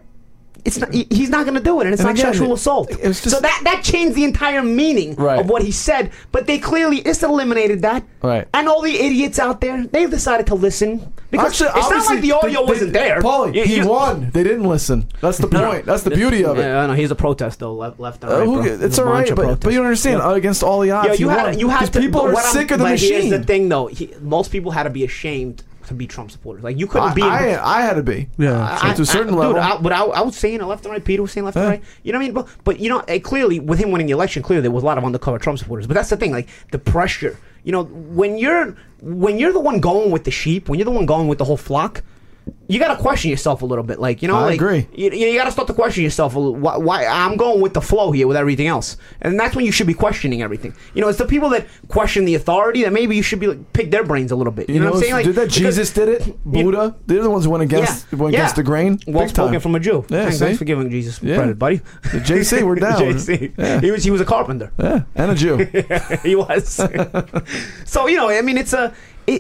[SPEAKER 2] It's not, he- he's not going to do it, and it's
[SPEAKER 3] And
[SPEAKER 2] not
[SPEAKER 3] again,
[SPEAKER 2] sexual
[SPEAKER 3] it-
[SPEAKER 2] assault.
[SPEAKER 3] it was
[SPEAKER 2] so
[SPEAKER 3] just-
[SPEAKER 2] that that changed the entire meaning
[SPEAKER 3] Right.
[SPEAKER 2] of what he said. But they clearly just eliminated that.
[SPEAKER 3] Right.
[SPEAKER 2] And all the idiots out there, they've decided to listen because
[SPEAKER 3] Actually,
[SPEAKER 2] it's not
[SPEAKER 3] obviously,
[SPEAKER 2] like the audio
[SPEAKER 3] they- they-
[SPEAKER 2] wasn't there.
[SPEAKER 3] Paulie,
[SPEAKER 2] You-
[SPEAKER 3] he
[SPEAKER 2] you-
[SPEAKER 3] won. They didn't listen. That's the point. That's the beauty of it.
[SPEAKER 2] Yeah, I know. He's a protest though, left, left and
[SPEAKER 3] Uh,
[SPEAKER 2] right.
[SPEAKER 3] who-
[SPEAKER 2] bro. There's
[SPEAKER 3] it's
[SPEAKER 2] a
[SPEAKER 3] all
[SPEAKER 2] bunch
[SPEAKER 3] right,
[SPEAKER 2] of
[SPEAKER 3] but,
[SPEAKER 2] protests.
[SPEAKER 3] but you understand. uh, Against all the odds,
[SPEAKER 2] Yo, you
[SPEAKER 3] he
[SPEAKER 2] had
[SPEAKER 3] won.
[SPEAKER 2] you had
[SPEAKER 3] 'Cause
[SPEAKER 2] to,
[SPEAKER 3] people
[SPEAKER 2] but
[SPEAKER 3] are
[SPEAKER 2] what I'm-
[SPEAKER 3] sick of the
[SPEAKER 2] but
[SPEAKER 3] machine.
[SPEAKER 2] Here's the thing though, he, most people had to be ashamed to be Trump supporters. Like you couldn't
[SPEAKER 3] I,
[SPEAKER 2] be.
[SPEAKER 3] I, I had to be.
[SPEAKER 4] Yeah.
[SPEAKER 3] So to a certain level.
[SPEAKER 2] Dude, I, but I, I was saying it left and right. Peter was saying left and right. You know what I mean? But, but you know, eh, clearly with him winning the election, clearly there was a lot of undercover Trump supporters. But that's the thing, like the pressure. You know, when you're when you're the one going with the sheep, when you're the one going with the whole flock, you got to question yourself a little bit. Like you know,
[SPEAKER 3] I
[SPEAKER 2] like,
[SPEAKER 3] agree.
[SPEAKER 2] You, you got to start to question yourself. A little, why, why I'm going with the flow here with everything else, and that's when you should be questioning everything. You know, it's the people that question the authority that maybe you should be like, pick their brains a little bit. You, know, what I'm saying? Like
[SPEAKER 3] did that
[SPEAKER 2] because-
[SPEAKER 3] Jesus did it? Buddha. They're the ones who went against went against the grain.
[SPEAKER 2] well
[SPEAKER 3] Big time.
[SPEAKER 2] spoken from a Jew.
[SPEAKER 3] Yeah,
[SPEAKER 2] thanks,
[SPEAKER 3] see?
[SPEAKER 2] thanks for giving Jesus
[SPEAKER 3] Yeah.
[SPEAKER 2] credit, buddy. <laughs>
[SPEAKER 3] JC, we're down.
[SPEAKER 2] JC. He was he was a carpenter.
[SPEAKER 3] Yeah, and
[SPEAKER 2] <laughs>
[SPEAKER 3] a Jew.
[SPEAKER 2] he was. so you know, I mean, it's a. it-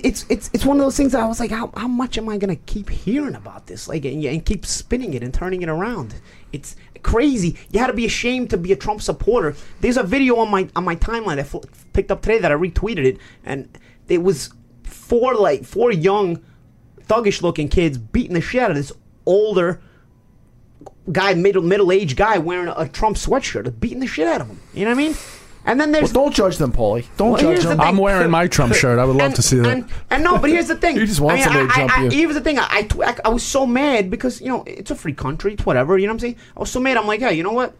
[SPEAKER 2] It's it's it's one of those things that I was like, how, how much am I gonna keep hearing about this, like, and, and keep spinning it and turning it around? It's crazy. You had to be ashamed to be a Trump supporter. There's a video on my on my timeline that fl- picked up today that I retweeted it, and it was four like four young, thuggish looking kids beating the shit out of this older guy, middle middle aged guy wearing a Trump sweatshirt, beating the shit out of him. You know what I mean? And then there's
[SPEAKER 3] Well, don't judge them, Paulie. Don't
[SPEAKER 2] Well,
[SPEAKER 3] judge
[SPEAKER 2] here's the
[SPEAKER 3] them.
[SPEAKER 2] thing.
[SPEAKER 4] I'm wearing my Trump shirt. I would love to see that.
[SPEAKER 2] And, and no, but here's the
[SPEAKER 4] <laughs>
[SPEAKER 2] thing.
[SPEAKER 3] You just want
[SPEAKER 2] I mean,
[SPEAKER 3] somebody to
[SPEAKER 2] I- I-
[SPEAKER 3] jump
[SPEAKER 2] I-
[SPEAKER 3] you.
[SPEAKER 2] Here's the thing. I, I, tw- I, I was so mad because you know it's a free country. It's whatever. You know what I'm saying? I was so mad. I'm like, hey, you know what?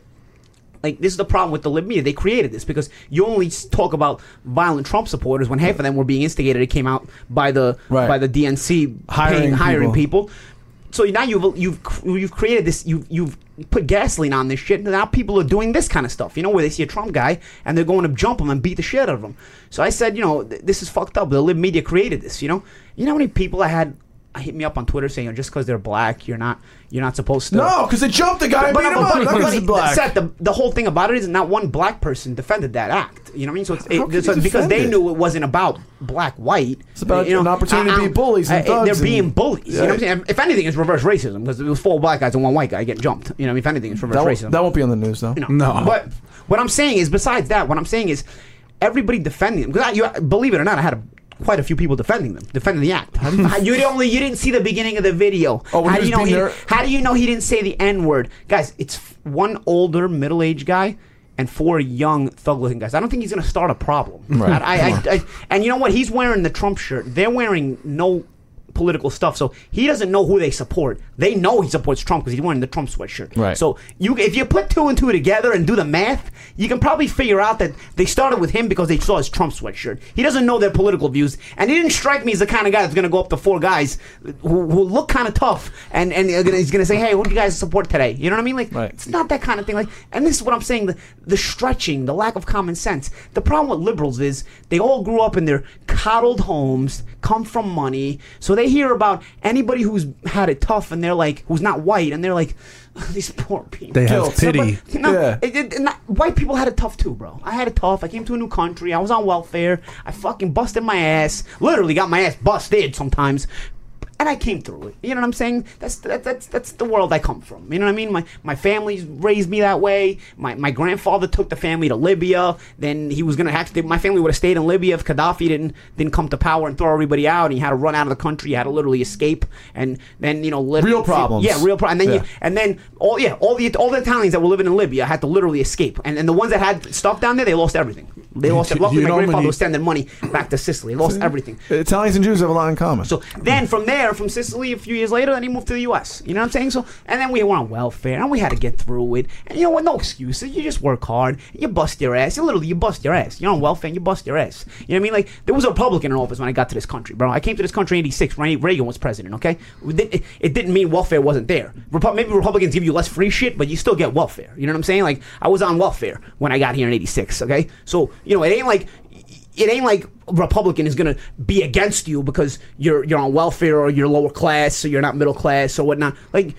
[SPEAKER 2] Like this is the problem with the lib media. They created this because you only s- talk about violent Trump supporters when half of them were being instigated. It came out by the
[SPEAKER 3] Right.
[SPEAKER 2] by the DNC
[SPEAKER 3] Hiring
[SPEAKER 2] paying- hiring people
[SPEAKER 3] people.
[SPEAKER 2] people. So now you've you've cr- you've created this you've you've put gasoline on this shit. and Now people are doing this kind of stuff, you know, where they see a Trump guy and they're going to jump him and beat the shit out of him. So I said, you know, th- this is fucked up. The lib media created this, you know. You know how many people I had hit me up on Twitter saying, you know, just because they're black, you're not you're not supposed to.
[SPEAKER 3] No, because they jumped the guy and
[SPEAKER 2] But, but,
[SPEAKER 3] beat him up.
[SPEAKER 2] but,
[SPEAKER 3] Not 'cause
[SPEAKER 2] but
[SPEAKER 3] he's black.
[SPEAKER 2] Seth, the, the whole thing about it is not one black person defended that act. You know what I mean? So it's,
[SPEAKER 3] How can
[SPEAKER 2] it, so
[SPEAKER 3] you
[SPEAKER 2] it's because
[SPEAKER 3] defend
[SPEAKER 2] they
[SPEAKER 3] it?
[SPEAKER 2] knew it wasn't about black white. It's
[SPEAKER 3] about an opportunity to be bullies and thugs
[SPEAKER 2] They're
[SPEAKER 3] and-
[SPEAKER 2] being bullies. You know what I'm
[SPEAKER 3] Yeah.
[SPEAKER 2] saying? If anything, it's reverse racism because it was four black guys and one white guy getting jumped. You know, if anything, it's reverse
[SPEAKER 3] That
[SPEAKER 2] racism.
[SPEAKER 3] won't, that won't be on the news though.
[SPEAKER 4] No.
[SPEAKER 2] But what I'm saying is, besides that, what I'm saying is, everybody defending them. Because you believe it or not, I had a, quite a few people defending them, defending the act. How do you, <laughs> you didn't only you didn't see the beginning of the video.
[SPEAKER 3] Oh, when
[SPEAKER 2] how
[SPEAKER 3] he
[SPEAKER 2] do you
[SPEAKER 3] was
[SPEAKER 2] know
[SPEAKER 3] being there-
[SPEAKER 2] How do you know he didn't say the N word, guys? It's f- one older middle-aged guy. And four young thug-looking guys. I don't think he's going to start a problem.
[SPEAKER 3] Right.
[SPEAKER 2] I, I, I, I, and you know what? He's wearing the Trump shirt. They're wearing no political stuff, so he doesn't know who they support. They know he supports Trump because he's wearing the Trump sweatshirt.
[SPEAKER 3] Right.
[SPEAKER 2] So you, if you put two and two together and do the math, you can probably figure out that they started with him because they saw his Trump sweatshirt. He doesn't know their political views, and he didn't strike me as the kind of guy that's going to go up to four guys who, who look kind of tough and and are gonna, he's going to say, "Hey, what do you guys support today?" You know what I mean? Like,
[SPEAKER 3] Right.
[SPEAKER 2] it's not that kind of thing. Like, and this is what I'm saying: the, the stretching, the lack of common sense. The problem with liberals is they all grew up in their coddled homes, come from money, so they hear about anybody who's had it tough and they're like, who's not white, and they're like, these poor people.
[SPEAKER 4] They have
[SPEAKER 3] Guilt.
[SPEAKER 4] pity.
[SPEAKER 2] Somebody- no,
[SPEAKER 3] Yeah.
[SPEAKER 2] it- it- not- white people had it tough too, bro. I had it tough. I came to a new country. I was on welfare. I fucking busted my ass. Literally got my ass busted sometimes. And I came through it. You know what I'm saying? That's that, that's that's the world I come from. You know what I mean? My my family raised me that way. My my grandfather took the family to Libya. Then he was gonna have to. My family would have stayed in Libya if Gaddafi didn't didn't come to power and throw everybody out. And he had to run out of the country. He had to literally escape. And then you know, lit-
[SPEAKER 3] Real problems.
[SPEAKER 2] Yeah, real problem. And then
[SPEAKER 3] Yeah.
[SPEAKER 2] you, and then all yeah, all the all the Italians that were living in Libya had to literally escape, and, and the ones that had stuff down there, they lost everything. They lost.
[SPEAKER 4] You-
[SPEAKER 2] Luckily,
[SPEAKER 4] you
[SPEAKER 2] my
[SPEAKER 4] know how
[SPEAKER 2] grandfather
[SPEAKER 4] many-
[SPEAKER 2] was sending money back to Sicily. Lost everything.
[SPEAKER 3] Italians and Jews have a lot in common.
[SPEAKER 2] So then from there, from Sicily, a few years later, then he moved to the U.S. You know what I'm saying? So and then we were on welfare, and we had to get through it. And you know what? No excuses. You just work hard. You bust your ass. You literally you bust your ass. You're on welfare, and you bust your ass. You know what I mean? Like there was a Republican in office when I got to this country, bro. I came to this country in '86. Ronald Reagan was president. Okay, We did- it, it didn't mean welfare wasn't there. Repu- maybe Republicans give you less free shit, but you still get welfare. You know what I'm saying? Like I was on welfare when I got here in '86. Okay, so you know it ain't like it ain't like a Republican is gonna be against you because you're you're on welfare or you're lower class or you're not middle class or whatnot. Like,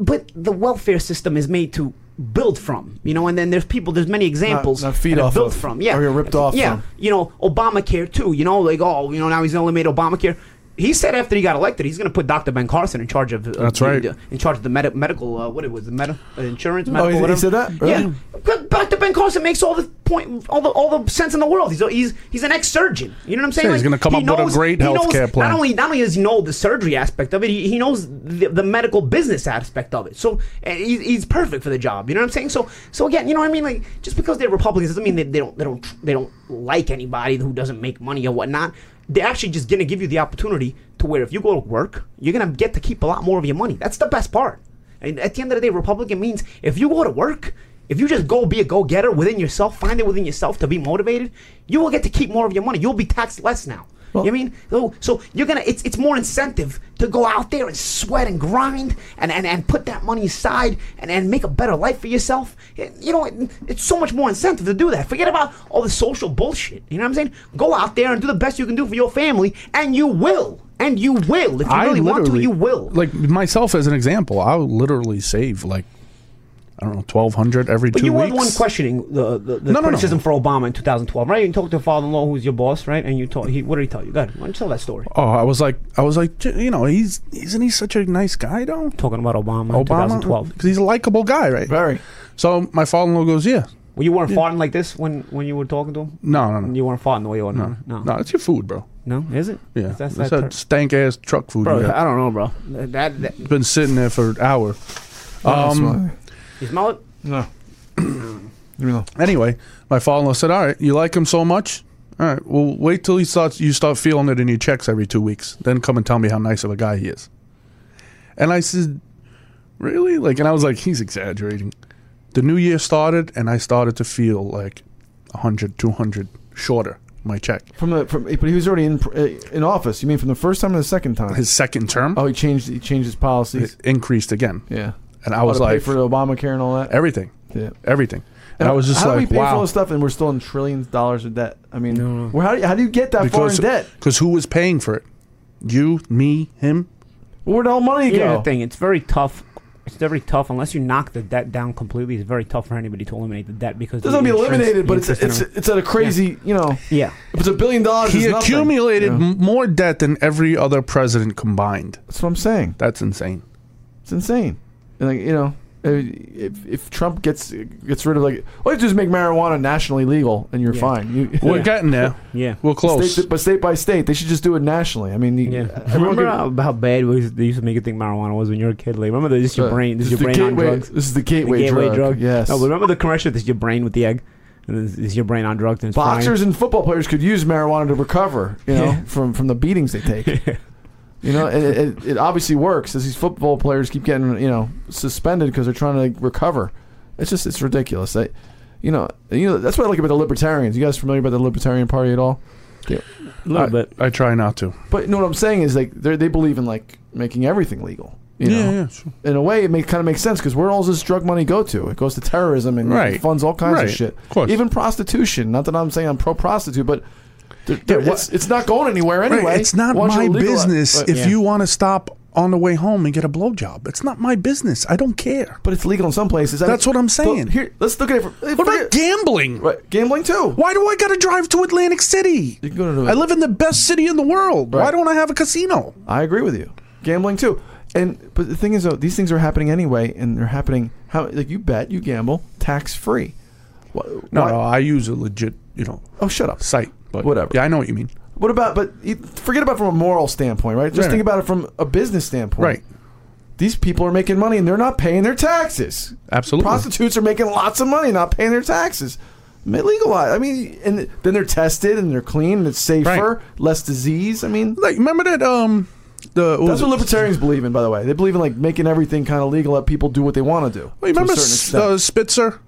[SPEAKER 2] but the welfare system is made to build from, you know. And then there's people, there's many examples
[SPEAKER 3] not feed
[SPEAKER 2] that are
[SPEAKER 3] off
[SPEAKER 2] built
[SPEAKER 3] of,
[SPEAKER 2] from, yeah,
[SPEAKER 3] or you're ripped off
[SPEAKER 2] yeah.
[SPEAKER 3] from.
[SPEAKER 2] You know, Obamacare too. You know, like oh, you know, now he's gonna eliminate Obamacare. He said after he got elected, he's going to put Dr. Ben Carson in charge of uh,
[SPEAKER 4] That's right.
[SPEAKER 2] in charge of the medi- medical uh, what it was the medi- uh, insurance
[SPEAKER 4] Oh,
[SPEAKER 2] medical
[SPEAKER 3] he- he
[SPEAKER 2] whatever.
[SPEAKER 3] said that? Really?
[SPEAKER 2] yeah but Dr. Ben Carson makes all the point, all the all the sense in the world. He's a, he's he's an ex surgeon. You know what I'm saying?
[SPEAKER 4] Yeah, he's gonna come
[SPEAKER 2] he
[SPEAKER 4] up with a great
[SPEAKER 2] he knows-
[SPEAKER 4] healthcare plan.
[SPEAKER 2] Not only not only does he know the surgery aspect of it, he, he knows the, the medical business aspect of it. So uh, he, he's perfect for the job. You know what I'm saying? So so again, you know what I mean? Like just because they're Republicans doesn't mean they, they don't they don't they don't like anybody who doesn't make money or whatnot. They're actually just gonna give you the opportunity to where if you go to work, you're gonna get to keep a lot more of your money. That's the best part. And at the end of the day, Republican means if you go to work, if you just go be a go getter within yourself, find it within yourself to be motivated, you will get to keep more of your money. You'll be taxed less now. you know what I mean? So, so you're gonna it's it's more incentive to go out there and sweat and grind and, and, and put that money aside and, and make a better life for yourself. You know, it- it's so much more incentive to do that. Forget about all the social bullshit. You know what I'm saying? Go out there and do the best you can do for your family, and you will. And you will. If you really want to,
[SPEAKER 4] literally-
[SPEAKER 2] you will.
[SPEAKER 4] Like myself as an example, I would literally save like I don't know twelve hundred every
[SPEAKER 2] But
[SPEAKER 4] two
[SPEAKER 2] you were
[SPEAKER 4] weeks.
[SPEAKER 2] the one questioning the, the, the
[SPEAKER 4] No, no, no.
[SPEAKER 2] criticism for Obama in 2012, right? You talked to your father-in-law, who's your boss, right? And you told he, what did he tell you? Go ahead, why don't you tell that story?
[SPEAKER 4] Oh, I was like, I was like, "J- you know, he's isn't he such a nice guy though?
[SPEAKER 2] Talking about Obama, in
[SPEAKER 4] Obama,
[SPEAKER 2] 2012.
[SPEAKER 4] because he's a likable guy, right?
[SPEAKER 3] Very.
[SPEAKER 4] So my father-in-law goes, yeah,
[SPEAKER 2] Well, you weren't farting like this when, when you were talking to him.
[SPEAKER 4] no, no, no,
[SPEAKER 2] You weren't farting the way you are now. No,
[SPEAKER 4] no, it's your food, bro.
[SPEAKER 2] no, is it?
[SPEAKER 4] Yeah,
[SPEAKER 2] that's that.
[SPEAKER 4] it's that
[SPEAKER 2] ter-
[SPEAKER 4] stank ass truck food.
[SPEAKER 2] bro,
[SPEAKER 4] you got.
[SPEAKER 2] I don't know, bro. That, that
[SPEAKER 4] It's been sitting there for an hour.
[SPEAKER 2] Oh,
[SPEAKER 4] Um,
[SPEAKER 2] you smell it?
[SPEAKER 3] <clears throat> no. Leave me alone.
[SPEAKER 4] anyway, my father-in-law said, "All right, you like him so much. All right, well, wait till he starts. You start feeling it in your checks every two weeks. Then come and tell me how nice of a guy he is." And I said, "Really?" Like, and I was like, "He's exaggerating." The new year started, and I started to feel like 100, 200 shorter my check.
[SPEAKER 3] From the from, but he was already in pr- uh, in office. You mean from the first time or the second time?
[SPEAKER 4] His second term
[SPEAKER 3] oh, he changed he changed his policies.
[SPEAKER 4] it increased again,
[SPEAKER 3] yeah,
[SPEAKER 4] and I was
[SPEAKER 3] How to
[SPEAKER 4] like,
[SPEAKER 3] pay for the Obamacare and all that.
[SPEAKER 4] "Everything,
[SPEAKER 3] yeah,
[SPEAKER 4] everything." And I was just
[SPEAKER 3] how do we
[SPEAKER 4] like,
[SPEAKER 3] pay for all
[SPEAKER 4] "Wow."
[SPEAKER 3] this stuff, and we're still in trillions of dollars of debt. I mean, where, how, do you, how do you get that far in debt?
[SPEAKER 4] because who was paying for it? You, me, him.
[SPEAKER 3] Where'd all money
[SPEAKER 2] Here's
[SPEAKER 3] go?
[SPEAKER 2] the thing. It's very tough. It's very tough unless you knock the debt down completely. It's very tough for anybody to eliminate the debt because
[SPEAKER 3] It doesn't
[SPEAKER 2] the
[SPEAKER 3] be
[SPEAKER 2] insurance-
[SPEAKER 3] eliminated,
[SPEAKER 2] the
[SPEAKER 3] but it's
[SPEAKER 2] interest
[SPEAKER 3] it's,
[SPEAKER 2] and-
[SPEAKER 3] it's at a crazy, you know,
[SPEAKER 2] yeah.
[SPEAKER 3] if it's a billion dollars.
[SPEAKER 4] He
[SPEAKER 3] it's nothing.
[SPEAKER 4] accumulated m more debt than every other president combined.
[SPEAKER 3] That's what I'm saying.
[SPEAKER 4] That's insane.
[SPEAKER 3] It's insane. And like you know, if if Trump gets gets rid of like, why don't you just make marijuana nationally legal and you're
[SPEAKER 2] Yeah.
[SPEAKER 3] fine? You,
[SPEAKER 4] We're
[SPEAKER 2] Yeah.
[SPEAKER 4] getting there.
[SPEAKER 2] Yeah.
[SPEAKER 4] We're
[SPEAKER 3] <laughs>
[SPEAKER 4] close.
[SPEAKER 3] State, but state by state, they should just do it nationally. I mean, you-
[SPEAKER 2] Yeah. <laughs>
[SPEAKER 3] everyone
[SPEAKER 2] remember
[SPEAKER 3] can-
[SPEAKER 2] how, how bad we used- they used to make you think marijuana was when you were a kid? Like, remember this is your
[SPEAKER 3] uh,
[SPEAKER 2] brain, this is your
[SPEAKER 3] the
[SPEAKER 2] brain on
[SPEAKER 3] gateway-
[SPEAKER 2] drugs.
[SPEAKER 3] This is the gateway,
[SPEAKER 2] gateway drug.
[SPEAKER 3] Yes.
[SPEAKER 2] No, but remember the commercial? This is your brain with the egg, and this is your brain on drugs. And it's frying?
[SPEAKER 3] Boxers and football players could use marijuana to recover, you know,
[SPEAKER 2] Yeah.
[SPEAKER 3] from from the beatings
[SPEAKER 2] <laughs>
[SPEAKER 3] they take. You know, it, it, it obviously works as these football players keep getting, you know, suspended because they're trying to like, recover. It's just it's ridiculous. They, you know, you know that's what I like about the libertarians. You guys familiar about the libertarian party at all?
[SPEAKER 2] a
[SPEAKER 3] Uh,
[SPEAKER 2] little bit.
[SPEAKER 4] I try not to.
[SPEAKER 3] But you know what I'm saying is like they they believe in like making everything legal. You know,
[SPEAKER 4] yeah, sure.
[SPEAKER 3] in a way, it make, kind of makes sense because where all this drug money go to? It goes to terrorism and
[SPEAKER 4] Right.
[SPEAKER 3] funds all kinds
[SPEAKER 4] Right.
[SPEAKER 3] of shit,
[SPEAKER 4] Of course.
[SPEAKER 3] even prostitution. Not that I'm saying I'm pro prostitute, but They're- it's, it's not going anywhere anyway.
[SPEAKER 4] Right, It's not
[SPEAKER 3] Once you
[SPEAKER 4] my
[SPEAKER 3] legalize-
[SPEAKER 4] business
[SPEAKER 3] but-
[SPEAKER 4] if
[SPEAKER 2] Yeah.
[SPEAKER 4] you want to stop on the way home and get a blowjob. It's not my business. I don't care.
[SPEAKER 3] But it's legal in some places. I
[SPEAKER 4] That's what I'm saying.
[SPEAKER 3] but Here, let's look at it. For,
[SPEAKER 4] What about gambling?
[SPEAKER 3] right, gambling too?
[SPEAKER 4] Why do I got to drive to Atlantic City?
[SPEAKER 3] You can go to the-
[SPEAKER 4] I live in the best city in the world. Why
[SPEAKER 3] Right.
[SPEAKER 4] don't I have a casino?
[SPEAKER 3] I agree with you. Gambling too. And but the thing is though, these things are happening anyway, and they're happening how like you bet, you gamble, tax free.
[SPEAKER 4] No, no, I use a legit, you know,
[SPEAKER 3] Oh, shut up.
[SPEAKER 4] site. But
[SPEAKER 3] Whatever.
[SPEAKER 4] Yeah, I know what you mean.
[SPEAKER 3] What about? But you- forget about from a moral standpoint, right? Just
[SPEAKER 4] Right.
[SPEAKER 3] think about it from a business standpoint.
[SPEAKER 4] Right.
[SPEAKER 3] These people are making money and they're not paying their taxes.
[SPEAKER 4] Absolutely.
[SPEAKER 3] Prostitutes are making lots of money, not paying their taxes. Ma- Legalize. I mean, and then they're tested and they're clean and it's safer, less disease. I mean,
[SPEAKER 4] Like, remember that? Um, the what was
[SPEAKER 3] that's
[SPEAKER 4] it?
[SPEAKER 3] what libertarians believe in. By the way, they believe in like making everything kind of legal, let people do what they want to do.
[SPEAKER 4] Wait, remember
[SPEAKER 3] to a certain
[SPEAKER 4] S-
[SPEAKER 3] extent.
[SPEAKER 4] uh, Spitzer?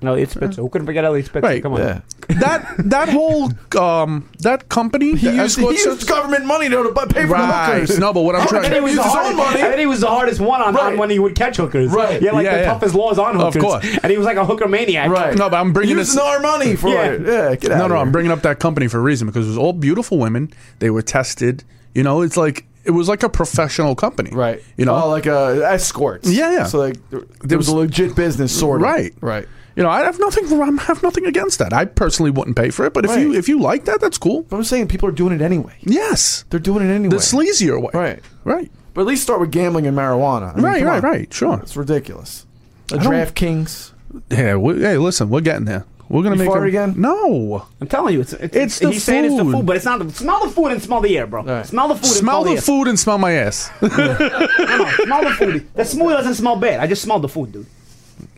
[SPEAKER 2] No, it's Spitzer. Who can forget Elliot Spitzer?
[SPEAKER 4] Right,
[SPEAKER 2] Come on.
[SPEAKER 3] yeah.
[SPEAKER 4] That that whole um that <laughs> company.
[SPEAKER 3] He
[SPEAKER 4] the
[SPEAKER 3] used, he
[SPEAKER 4] escort
[SPEAKER 3] used
[SPEAKER 4] service-
[SPEAKER 3] government money to to pay for the
[SPEAKER 4] Right.
[SPEAKER 3] hookers.
[SPEAKER 4] No,
[SPEAKER 3] <laughs>
[SPEAKER 4] but what I'm
[SPEAKER 3] How
[SPEAKER 4] trying-
[SPEAKER 3] can
[SPEAKER 2] And he was
[SPEAKER 3] you use
[SPEAKER 2] the
[SPEAKER 3] his
[SPEAKER 2] hardest.
[SPEAKER 3] own money.
[SPEAKER 2] And he was the hardest one on,
[SPEAKER 3] Right.
[SPEAKER 2] on when he would catch hookers.
[SPEAKER 3] Right.
[SPEAKER 2] Yeah, like
[SPEAKER 4] Yeah,
[SPEAKER 2] the
[SPEAKER 4] yeah.
[SPEAKER 2] toughest laws on
[SPEAKER 4] Of
[SPEAKER 2] hookers.
[SPEAKER 4] course.
[SPEAKER 2] And he was like a hooker maniac.
[SPEAKER 3] Right.
[SPEAKER 4] No, but I'm bringing
[SPEAKER 3] using
[SPEAKER 4] this-
[SPEAKER 3] our money for
[SPEAKER 2] Yeah.
[SPEAKER 3] it. Yeah, get out
[SPEAKER 4] No,
[SPEAKER 3] of
[SPEAKER 4] no,
[SPEAKER 3] here.
[SPEAKER 4] I'm bringing up that company for a reason because it was all beautiful women. They were tested. You know, it's like it was like a professional company.
[SPEAKER 3] Right.
[SPEAKER 4] You know,
[SPEAKER 3] oh, like uh, escorts.
[SPEAKER 4] Yeah, yeah.
[SPEAKER 3] So like, there, there was a legit business, sort of.
[SPEAKER 4] Right.
[SPEAKER 3] Right.
[SPEAKER 4] You know, I have nothing. I have nothing against that. I personally wouldn't pay for it, but if you
[SPEAKER 3] Right.
[SPEAKER 4] if you like that, that's cool.
[SPEAKER 3] But I'm saying people are doing it anyway.
[SPEAKER 4] Yes,
[SPEAKER 3] They're doing it anyway.
[SPEAKER 4] the sleazier way.
[SPEAKER 3] Right.
[SPEAKER 4] Right.
[SPEAKER 3] But at least start with gambling and marijuana. I mean,
[SPEAKER 4] Right,
[SPEAKER 3] come
[SPEAKER 4] right,
[SPEAKER 3] on.
[SPEAKER 4] right, sure.
[SPEAKER 3] It's ridiculous. A
[SPEAKER 4] don't-
[SPEAKER 3] DraftKings.
[SPEAKER 4] Yeah. We, hey, listen, we're getting there. We're gonna
[SPEAKER 3] You
[SPEAKER 4] make
[SPEAKER 3] fart
[SPEAKER 4] a-
[SPEAKER 3] again?
[SPEAKER 4] No.
[SPEAKER 2] I'm telling you, it's it's,
[SPEAKER 4] It's the
[SPEAKER 2] he's saying it's the
[SPEAKER 4] food.
[SPEAKER 2] food, but it's not the smell the food and smell the air, bro.
[SPEAKER 3] right.
[SPEAKER 2] Smell the food
[SPEAKER 4] Smell the
[SPEAKER 2] and smell
[SPEAKER 4] food and smell my ass. <laughs>
[SPEAKER 2] the, air. No, no, smell the food. That smoothie doesn't smell bad. I just smelled the food, dude.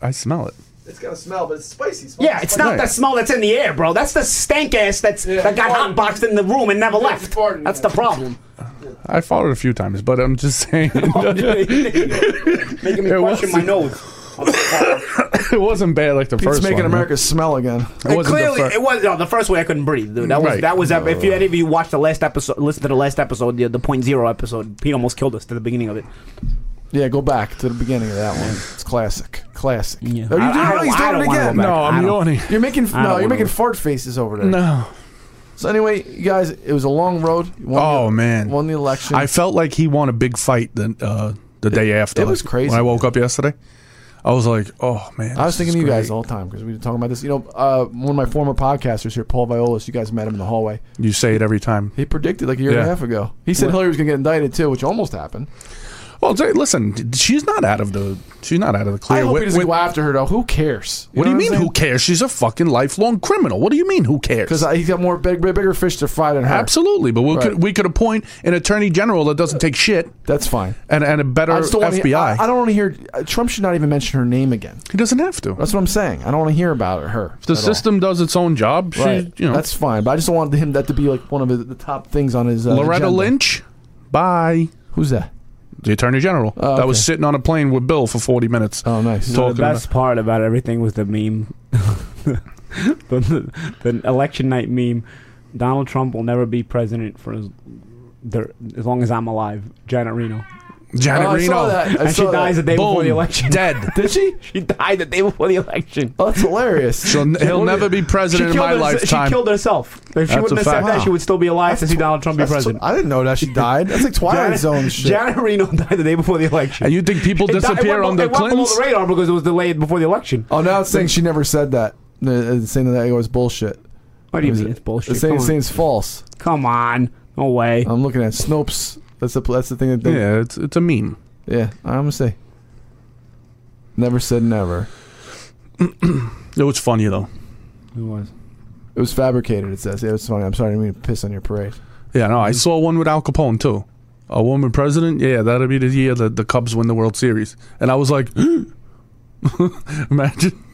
[SPEAKER 4] I smell it.
[SPEAKER 3] It's got a smell, but it's spicy.
[SPEAKER 2] Yeah, it's not
[SPEAKER 4] Right.
[SPEAKER 2] that smell that's in the air, bro. That's the stank ass that's
[SPEAKER 3] Yeah,
[SPEAKER 2] that got
[SPEAKER 3] farted.
[SPEAKER 2] hot boxed in the room and never left.
[SPEAKER 3] farted.
[SPEAKER 2] That's the
[SPEAKER 4] <laughs>
[SPEAKER 2] problem.
[SPEAKER 4] I farted a few times, but I'm just saying <laughs>
[SPEAKER 2] Making me
[SPEAKER 4] It
[SPEAKER 2] question
[SPEAKER 4] was-
[SPEAKER 2] my nose.
[SPEAKER 4] it wasn't bad like the
[SPEAKER 3] It's
[SPEAKER 4] first
[SPEAKER 3] making
[SPEAKER 4] one.
[SPEAKER 3] America smell again.
[SPEAKER 4] It wasn't the
[SPEAKER 2] Clearly,
[SPEAKER 4] fir-
[SPEAKER 2] it was no, the first way I couldn't breathe, dude. That was
[SPEAKER 4] Right.
[SPEAKER 2] that was if you, any of you watched the last episode, listen to the last episode, the the point zero episode. He almost killed us to the beginning of it.
[SPEAKER 3] Yeah, go back to the beginning of that one. It's classic. Classic.
[SPEAKER 2] Yeah.
[SPEAKER 3] Oh, you're
[SPEAKER 2] I- I
[SPEAKER 3] doing, it-
[SPEAKER 2] don't-
[SPEAKER 3] he's
[SPEAKER 2] I
[SPEAKER 3] doing
[SPEAKER 2] don't wanna
[SPEAKER 3] it
[SPEAKER 2] go
[SPEAKER 3] again.
[SPEAKER 2] back.
[SPEAKER 4] No, I'm
[SPEAKER 2] I don't-
[SPEAKER 4] yawning.
[SPEAKER 3] You're making
[SPEAKER 2] I
[SPEAKER 3] no,
[SPEAKER 2] don't
[SPEAKER 3] you're
[SPEAKER 2] wanna
[SPEAKER 3] making
[SPEAKER 2] go.
[SPEAKER 3] fart faces over there.
[SPEAKER 4] No.
[SPEAKER 3] So anyway, you guys, it was a long road. You won
[SPEAKER 4] Oh,
[SPEAKER 3] the-
[SPEAKER 4] man.
[SPEAKER 3] won the election.
[SPEAKER 4] I felt like he won a big fight the uh, the day after.
[SPEAKER 3] it was
[SPEAKER 4] Like,
[SPEAKER 3] crazy,
[SPEAKER 4] When I woke up yesterday, I was like, "Oh man!"
[SPEAKER 3] I was
[SPEAKER 4] this
[SPEAKER 3] thinking of
[SPEAKER 4] is
[SPEAKER 3] you guys
[SPEAKER 4] great.
[SPEAKER 3] all the time because we were talking about this. You know, uh, one of my former podcasters here, Paul Violas, you guys met him in the hallway.
[SPEAKER 4] You say it every time.
[SPEAKER 3] He predicted like a year and
[SPEAKER 4] Yeah.
[SPEAKER 3] a half ago. He said Hillary was going to get indicted too, which almost happened.
[SPEAKER 4] Well, say- listen, she's not out of the she's not out of the
[SPEAKER 3] I
[SPEAKER 4] clear.
[SPEAKER 3] hope
[SPEAKER 4] What-
[SPEAKER 3] he doesn't
[SPEAKER 4] what-
[SPEAKER 3] go after her though. Who cares?
[SPEAKER 4] what do you
[SPEAKER 3] know
[SPEAKER 4] mean?
[SPEAKER 3] I'm
[SPEAKER 4] Who cares? She's a fucking lifelong criminal. What do you mean? Who cares?
[SPEAKER 3] Because uh, he's got more big, bigger fish to fry than her.
[SPEAKER 4] Absolutely, but we
[SPEAKER 3] Right.
[SPEAKER 4] could we could appoint an attorney general that doesn't take shit
[SPEAKER 3] That's fine.
[SPEAKER 4] and, and a better
[SPEAKER 3] I just don't wanna
[SPEAKER 4] FBI.
[SPEAKER 3] Hear, I, I don't want to hear. Uh, Trump should not even mention her name again.
[SPEAKER 4] he doesn't have to.
[SPEAKER 3] That's what I'm saying. I don't want to hear about her.
[SPEAKER 4] the
[SPEAKER 3] at all.
[SPEAKER 4] system does its own job. She,
[SPEAKER 3] Right.
[SPEAKER 4] you know,
[SPEAKER 3] That's fine. But I just don't want him that to be like one of the, the top things on his. Uh,
[SPEAKER 4] Loretta
[SPEAKER 3] agenda.
[SPEAKER 4] Lynch. Bye.
[SPEAKER 3] Who's that?
[SPEAKER 4] The attorney general
[SPEAKER 3] Oh,
[SPEAKER 4] that was
[SPEAKER 3] okay.
[SPEAKER 4] sitting on a plane with Bill for forty minutes.
[SPEAKER 3] Oh, nice.
[SPEAKER 4] So-
[SPEAKER 2] the
[SPEAKER 4] Talking about-
[SPEAKER 2] best part about everything was the meme, <laughs> the, the, the election night meme. Donald Trump will never be president for as, there, as long as I'm alive. Janet Reno,
[SPEAKER 4] Janet
[SPEAKER 3] Oh, I
[SPEAKER 4] Reno.
[SPEAKER 3] saw that. I
[SPEAKER 2] and she
[SPEAKER 3] saw that.
[SPEAKER 2] dies the day before the
[SPEAKER 4] Boom.
[SPEAKER 2] election.
[SPEAKER 4] Dead.
[SPEAKER 3] Did she?
[SPEAKER 2] <laughs> She died the day before the election.
[SPEAKER 3] Oh, that's hilarious.
[SPEAKER 4] So n- he'll never be
[SPEAKER 2] She
[SPEAKER 4] president in
[SPEAKER 2] killed
[SPEAKER 4] my
[SPEAKER 2] herse-
[SPEAKER 4] lifetime.
[SPEAKER 2] She killed herself. If she
[SPEAKER 4] That's
[SPEAKER 2] wouldn't
[SPEAKER 4] a
[SPEAKER 2] have said
[SPEAKER 4] fact.
[SPEAKER 2] that,
[SPEAKER 4] Wow.
[SPEAKER 2] she would still be alive to see Donald Trump be
[SPEAKER 3] That's
[SPEAKER 2] president.
[SPEAKER 3] tw- I didn't know
[SPEAKER 2] <laughs>
[SPEAKER 3] that she died. That's like Twilight Zone shit.
[SPEAKER 2] Janet Reno <laughs> died the day before the election.
[SPEAKER 4] and you think people
[SPEAKER 2] It di- it
[SPEAKER 4] disappear
[SPEAKER 2] went
[SPEAKER 4] on
[SPEAKER 2] be-
[SPEAKER 4] the
[SPEAKER 2] it went below
[SPEAKER 4] Clintons?
[SPEAKER 2] the radar because it was delayed before the election.
[SPEAKER 3] Oh, now it's saying she never said that. The- It's saying that it was bullshit.
[SPEAKER 2] What do you
[SPEAKER 3] Is
[SPEAKER 2] mean?
[SPEAKER 3] it-
[SPEAKER 2] It's bullshit.
[SPEAKER 3] It's saying,
[SPEAKER 2] Come
[SPEAKER 3] it's
[SPEAKER 2] on.
[SPEAKER 3] saying it's false.
[SPEAKER 2] Come on. No way.
[SPEAKER 4] Oh.
[SPEAKER 3] I'm looking at Snopes. That's the that's the thing that they, yeah.
[SPEAKER 4] Yeah, it's it's a meme.
[SPEAKER 3] I'm gonna say. Never said never.
[SPEAKER 4] It was funny though.
[SPEAKER 2] Who was?
[SPEAKER 3] It was fabricated. It says. Yeah, it's funny. I'm sorry. I didn't mean to piss on your parade.
[SPEAKER 4] Yeah, no,
[SPEAKER 3] Mm-hmm.
[SPEAKER 4] I saw one with Al Capone too. A woman president. Yeah, that'll be the year that the Cubs win the World Series. And I
[SPEAKER 3] <gasps>
[SPEAKER 4] was like,
[SPEAKER 3] Mm.
[SPEAKER 4] <laughs> imagine.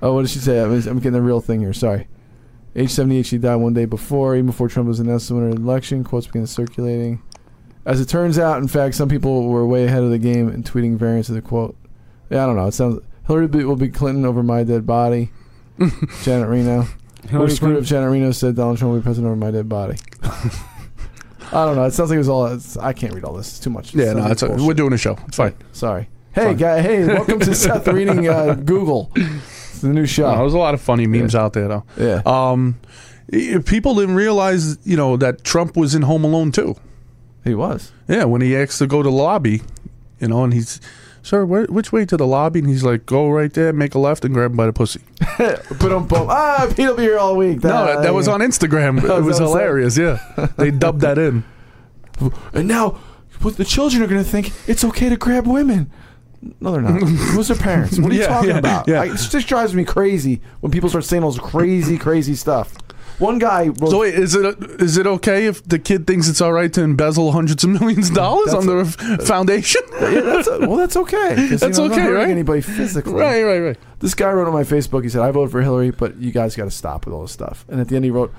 [SPEAKER 3] Oh, what did she say? I was, I'm getting the real thing here. Sorry. Age 78, she died one day before, even before Trump was announced to win her election. Quotes began circulating. As it turns out, in fact, some people were way ahead of the game in tweeting variants of the quote. Yeah, I don't know. It sounds Hillary will be Clinton over my dead
[SPEAKER 4] <laughs>
[SPEAKER 3] body. Janet Reno. Hillary screwed up Janet Reno said Donald Trump will be president over my dead body.
[SPEAKER 4] <laughs>
[SPEAKER 3] I don't know. It sounds like it was all. It's, I can't read all this. It's too much. It
[SPEAKER 4] Yeah,
[SPEAKER 3] sounds
[SPEAKER 4] no,
[SPEAKER 3] like
[SPEAKER 4] it's
[SPEAKER 3] bullshit.
[SPEAKER 4] we're doing a show. It's fine.
[SPEAKER 3] Sorry. Hey, guy. Hey, welcome
[SPEAKER 4] <laughs>
[SPEAKER 3] to Seth reading uh, Google. It's the new
[SPEAKER 4] No,
[SPEAKER 3] show. Uh,
[SPEAKER 4] there's a lot of funny memes out there though.
[SPEAKER 3] Yeah.
[SPEAKER 4] Um, i- people didn't realize, you know, that Trump was in Home Alone too.
[SPEAKER 3] He <laughs> was.
[SPEAKER 4] Yeah, when he asked to go to the lobby, you know, and he's, sir, where, which way to the lobby? And he's like, go right there, make a left, and grab him by the pussy.
[SPEAKER 3] But um, bum. Ah, Pete'll be here all week.
[SPEAKER 4] No, that, that was
[SPEAKER 3] <laughs>
[SPEAKER 4] on Instagram. It
[SPEAKER 3] was
[SPEAKER 4] was
[SPEAKER 3] on-
[SPEAKER 4] hilarious. Yeah, they dubbed that in.
[SPEAKER 3] And now, what the children are going to think it's okay to grab women. No, they're <laughs> not. Who's their parents? What are you
[SPEAKER 4] Yeah,
[SPEAKER 3] talking
[SPEAKER 4] yeah,
[SPEAKER 3] about?
[SPEAKER 4] yeah.
[SPEAKER 3] I, it just drives me crazy when people start saying all this crazy, crazy stuff. One guy wrote. <laughs>
[SPEAKER 4] So wait, is it is it okay if the kid thinks it's all right to embezzle hundreds of millions of dollars on the f- <laughs> foundation?
[SPEAKER 3] yeah, that's well, that's okay. 'Cause, you
[SPEAKER 4] That's
[SPEAKER 3] know, I'm not
[SPEAKER 4] okay,
[SPEAKER 3] hurting
[SPEAKER 4] right?
[SPEAKER 3] Anybody physically,
[SPEAKER 4] right, right, right.
[SPEAKER 3] This guy wrote on my Facebook. He said, "I voted for Hillary, but you guys got to stop with all this stuff." And at the end, he wrote,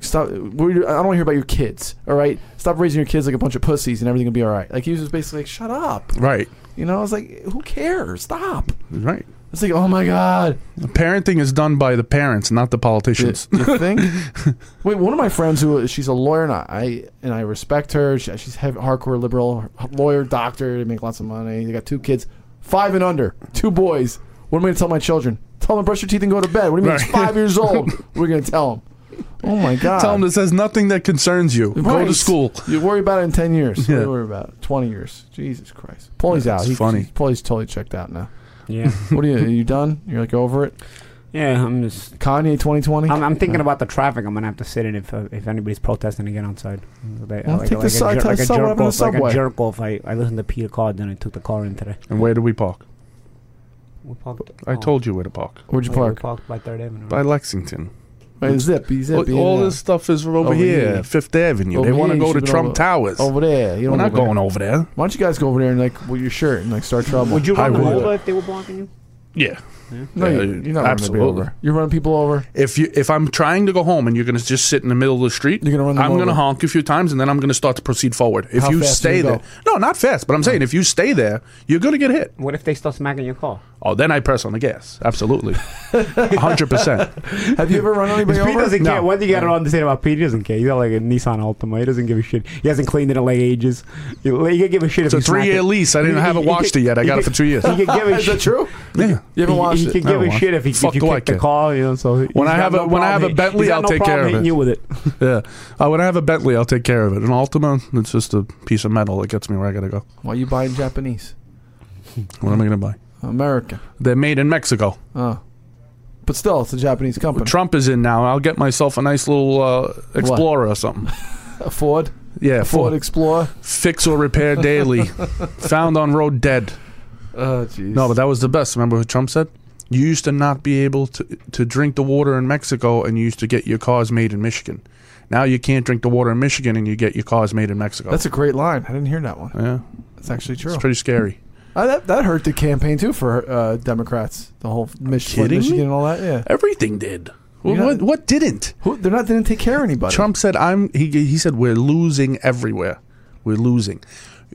[SPEAKER 3] "Stop! we're- I don't want to hear about your kids. All right, stop raising your kids like a bunch of pussies, and everything will be all right." Like he was just basically like, "Shut up!"
[SPEAKER 4] Right.
[SPEAKER 3] You know, I was like, "Who cares? Stop!"
[SPEAKER 4] Right.
[SPEAKER 3] It's like, "Oh my god,
[SPEAKER 4] Parenting is done by the parents, not the politicians.
[SPEAKER 3] Do you think? Wait, one of my friends who she's a lawyer and I and I respect her. She, she's heavy, hardcore liberal, lawyer, doctor. They make lots of money. They got two kids, five and under, two boys. What am I going to tell my children? Tell them to brush your teeth and go to bed. What do you mean? It's
[SPEAKER 4] Right.
[SPEAKER 3] five
[SPEAKER 4] <laughs>
[SPEAKER 3] years old. We're going to tell them. Oh my god.
[SPEAKER 4] <laughs> Tell them this has nothing that concerns you. Go
[SPEAKER 3] Right.
[SPEAKER 4] to school.
[SPEAKER 3] You worry about it in ten years.
[SPEAKER 4] Yeah.
[SPEAKER 3] You worry about it. twenty years. Jesus Christ. Paulie's
[SPEAKER 4] Yeah,
[SPEAKER 3] out.
[SPEAKER 4] it's funny.
[SPEAKER 3] Paulie's totally checked out now.
[SPEAKER 2] Yeah,
[SPEAKER 3] What are you? Are you done? You're like over it.
[SPEAKER 2] yeah. I'm just.
[SPEAKER 3] Kanye 2020.
[SPEAKER 2] I'm, I'm thinking about the traffic. I'm gonna have to sit in if uh, if anybody's protesting again outside. They,
[SPEAKER 3] Well, take the
[SPEAKER 2] a
[SPEAKER 3] side-
[SPEAKER 2] jer-
[SPEAKER 3] take
[SPEAKER 2] like a
[SPEAKER 3] someone
[SPEAKER 2] jerk
[SPEAKER 3] up in the
[SPEAKER 2] off. Like
[SPEAKER 3] subway.
[SPEAKER 2] a jerk off. I, I listened to Peter Cardin. I took the car in today.
[SPEAKER 4] And where do we park?
[SPEAKER 2] We parked,
[SPEAKER 4] I told you where to park.
[SPEAKER 3] Where'd you
[SPEAKER 2] Park.
[SPEAKER 3] park?
[SPEAKER 2] We parked by Third Avenue.
[SPEAKER 4] By Lexington.
[SPEAKER 3] Hey, zippy, zippy.
[SPEAKER 4] all all
[SPEAKER 3] yeah.
[SPEAKER 4] this stuff is over,
[SPEAKER 3] Over
[SPEAKER 4] here,
[SPEAKER 3] here.
[SPEAKER 4] Fifth Avenue.
[SPEAKER 3] Over
[SPEAKER 4] they want
[SPEAKER 3] here,
[SPEAKER 4] to
[SPEAKER 3] you
[SPEAKER 4] go to
[SPEAKER 3] should
[SPEAKER 4] Trump
[SPEAKER 3] over-
[SPEAKER 4] Towers.
[SPEAKER 3] Over there. You
[SPEAKER 4] We're
[SPEAKER 3] don't
[SPEAKER 4] not
[SPEAKER 3] go there.
[SPEAKER 4] going over there.
[SPEAKER 3] Why don't you guys go over there and like wear your shirt and like start trouble?
[SPEAKER 2] Would you
[SPEAKER 4] I
[SPEAKER 2] run them
[SPEAKER 4] would.
[SPEAKER 2] over if they were blocking you?
[SPEAKER 4] Yeah.
[SPEAKER 3] No, you- you're not
[SPEAKER 4] Yeah,
[SPEAKER 3] running people
[SPEAKER 4] absolutely.
[SPEAKER 3] over. You're running people
[SPEAKER 4] <laughs>
[SPEAKER 3] over.
[SPEAKER 4] If you if I'm trying to go home and you're going to just sit in the middle of the street,
[SPEAKER 3] You're gonna run them
[SPEAKER 4] I'm going
[SPEAKER 3] over.
[SPEAKER 4] to honk a few times and then I'm going to start to proceed forward. If
[SPEAKER 3] How
[SPEAKER 4] you
[SPEAKER 3] fast do
[SPEAKER 4] stay
[SPEAKER 3] you go?
[SPEAKER 4] there, no, not fast, but I'm saying if you stay there, you're going to get hit.
[SPEAKER 2] What if they start smacking your car?
[SPEAKER 4] Oh, then I press on the gas. Absolutely,
[SPEAKER 3] <laughs>
[SPEAKER 4] hundred percent.
[SPEAKER 3] Have you ever run anybody
[SPEAKER 2] Pete
[SPEAKER 3] over?
[SPEAKER 2] doesn't
[SPEAKER 4] No.
[SPEAKER 2] care. One thing you gotta understand about Pete, he doesn't care. He's got like a Nissan Altima. He doesn't give a shit. He hasn't cleaned it in like ages. You, you can give a shit
[SPEAKER 4] It's
[SPEAKER 2] if
[SPEAKER 4] a
[SPEAKER 2] you smack
[SPEAKER 4] three-year
[SPEAKER 2] it.
[SPEAKER 4] lease. I
[SPEAKER 2] You-
[SPEAKER 4] didn't
[SPEAKER 2] you-
[SPEAKER 4] haven't
[SPEAKER 2] you
[SPEAKER 4] washed
[SPEAKER 2] can-
[SPEAKER 4] it yet. I
[SPEAKER 2] you
[SPEAKER 4] got it
[SPEAKER 2] can-
[SPEAKER 4] for two years.
[SPEAKER 2] You can give
[SPEAKER 4] <laughs>
[SPEAKER 2] a
[SPEAKER 3] Is that
[SPEAKER 2] shit.
[SPEAKER 3] true?
[SPEAKER 4] Yeah.
[SPEAKER 3] You haven't
[SPEAKER 2] He-
[SPEAKER 3] watched
[SPEAKER 2] he,
[SPEAKER 3] it.
[SPEAKER 2] can
[SPEAKER 4] I
[SPEAKER 2] give a
[SPEAKER 4] watched
[SPEAKER 2] shit
[SPEAKER 4] it.
[SPEAKER 2] if he if
[SPEAKER 4] Fuck
[SPEAKER 2] you
[SPEAKER 4] do I
[SPEAKER 2] kick the
[SPEAKER 4] care?
[SPEAKER 2] car. You know, so he's
[SPEAKER 4] When I
[SPEAKER 2] got
[SPEAKER 4] have a-
[SPEAKER 2] no
[SPEAKER 4] when I
[SPEAKER 2] problem.
[SPEAKER 4] have a
[SPEAKER 2] He-
[SPEAKER 4] Bentley,
[SPEAKER 2] he's got
[SPEAKER 4] I'll
[SPEAKER 2] no
[SPEAKER 4] take
[SPEAKER 2] problem
[SPEAKER 4] care of
[SPEAKER 2] hitting
[SPEAKER 4] it.
[SPEAKER 2] you with it.
[SPEAKER 4] Yeah. Uh, when I have a Bentley, I'll take care of it. An Altima, it's just a piece of metal that gets me where I gotta go.
[SPEAKER 3] Why are you buying Japanese?
[SPEAKER 4] What am I gonna buy?
[SPEAKER 3] America.
[SPEAKER 4] They're made in Mexico.
[SPEAKER 3] Oh. But still, it's a Japanese company.
[SPEAKER 4] Trump is in now. I'll get myself a nice little uh, Explorer or something.
[SPEAKER 3] A Ford. <laughs>
[SPEAKER 4] Yeah,
[SPEAKER 3] Ford
[SPEAKER 4] Ford.
[SPEAKER 3] Explorer.
[SPEAKER 4] Fix or
[SPEAKER 3] <laughs>
[SPEAKER 4] repair daily. Found on road dead.
[SPEAKER 3] Oh, jeez.
[SPEAKER 4] No, but that was the best. Remember what Trump said? You used to not be able to to drink the water in Mexico, and you used to get your cars made in Michigan. Now you can't drink the water in Michigan, and you get your cars made in Mexico.
[SPEAKER 3] That's a great line. I didn't hear that one.
[SPEAKER 4] yeah,
[SPEAKER 3] That's actually true.
[SPEAKER 4] it's pretty scary.
[SPEAKER 3] Uh, that, that hurt the campaign, too, for uh, Democrats. The whole Mich-
[SPEAKER 4] kidding me?
[SPEAKER 3] Michigan and all that. Yeah.
[SPEAKER 4] Everything did.
[SPEAKER 3] You
[SPEAKER 4] What,
[SPEAKER 3] got-
[SPEAKER 4] what, what didn't?
[SPEAKER 3] Who, they're not, they didn't take care of anybody.
[SPEAKER 4] Trump said, "I'm." He he said, "We're losing everywhere. We're losing.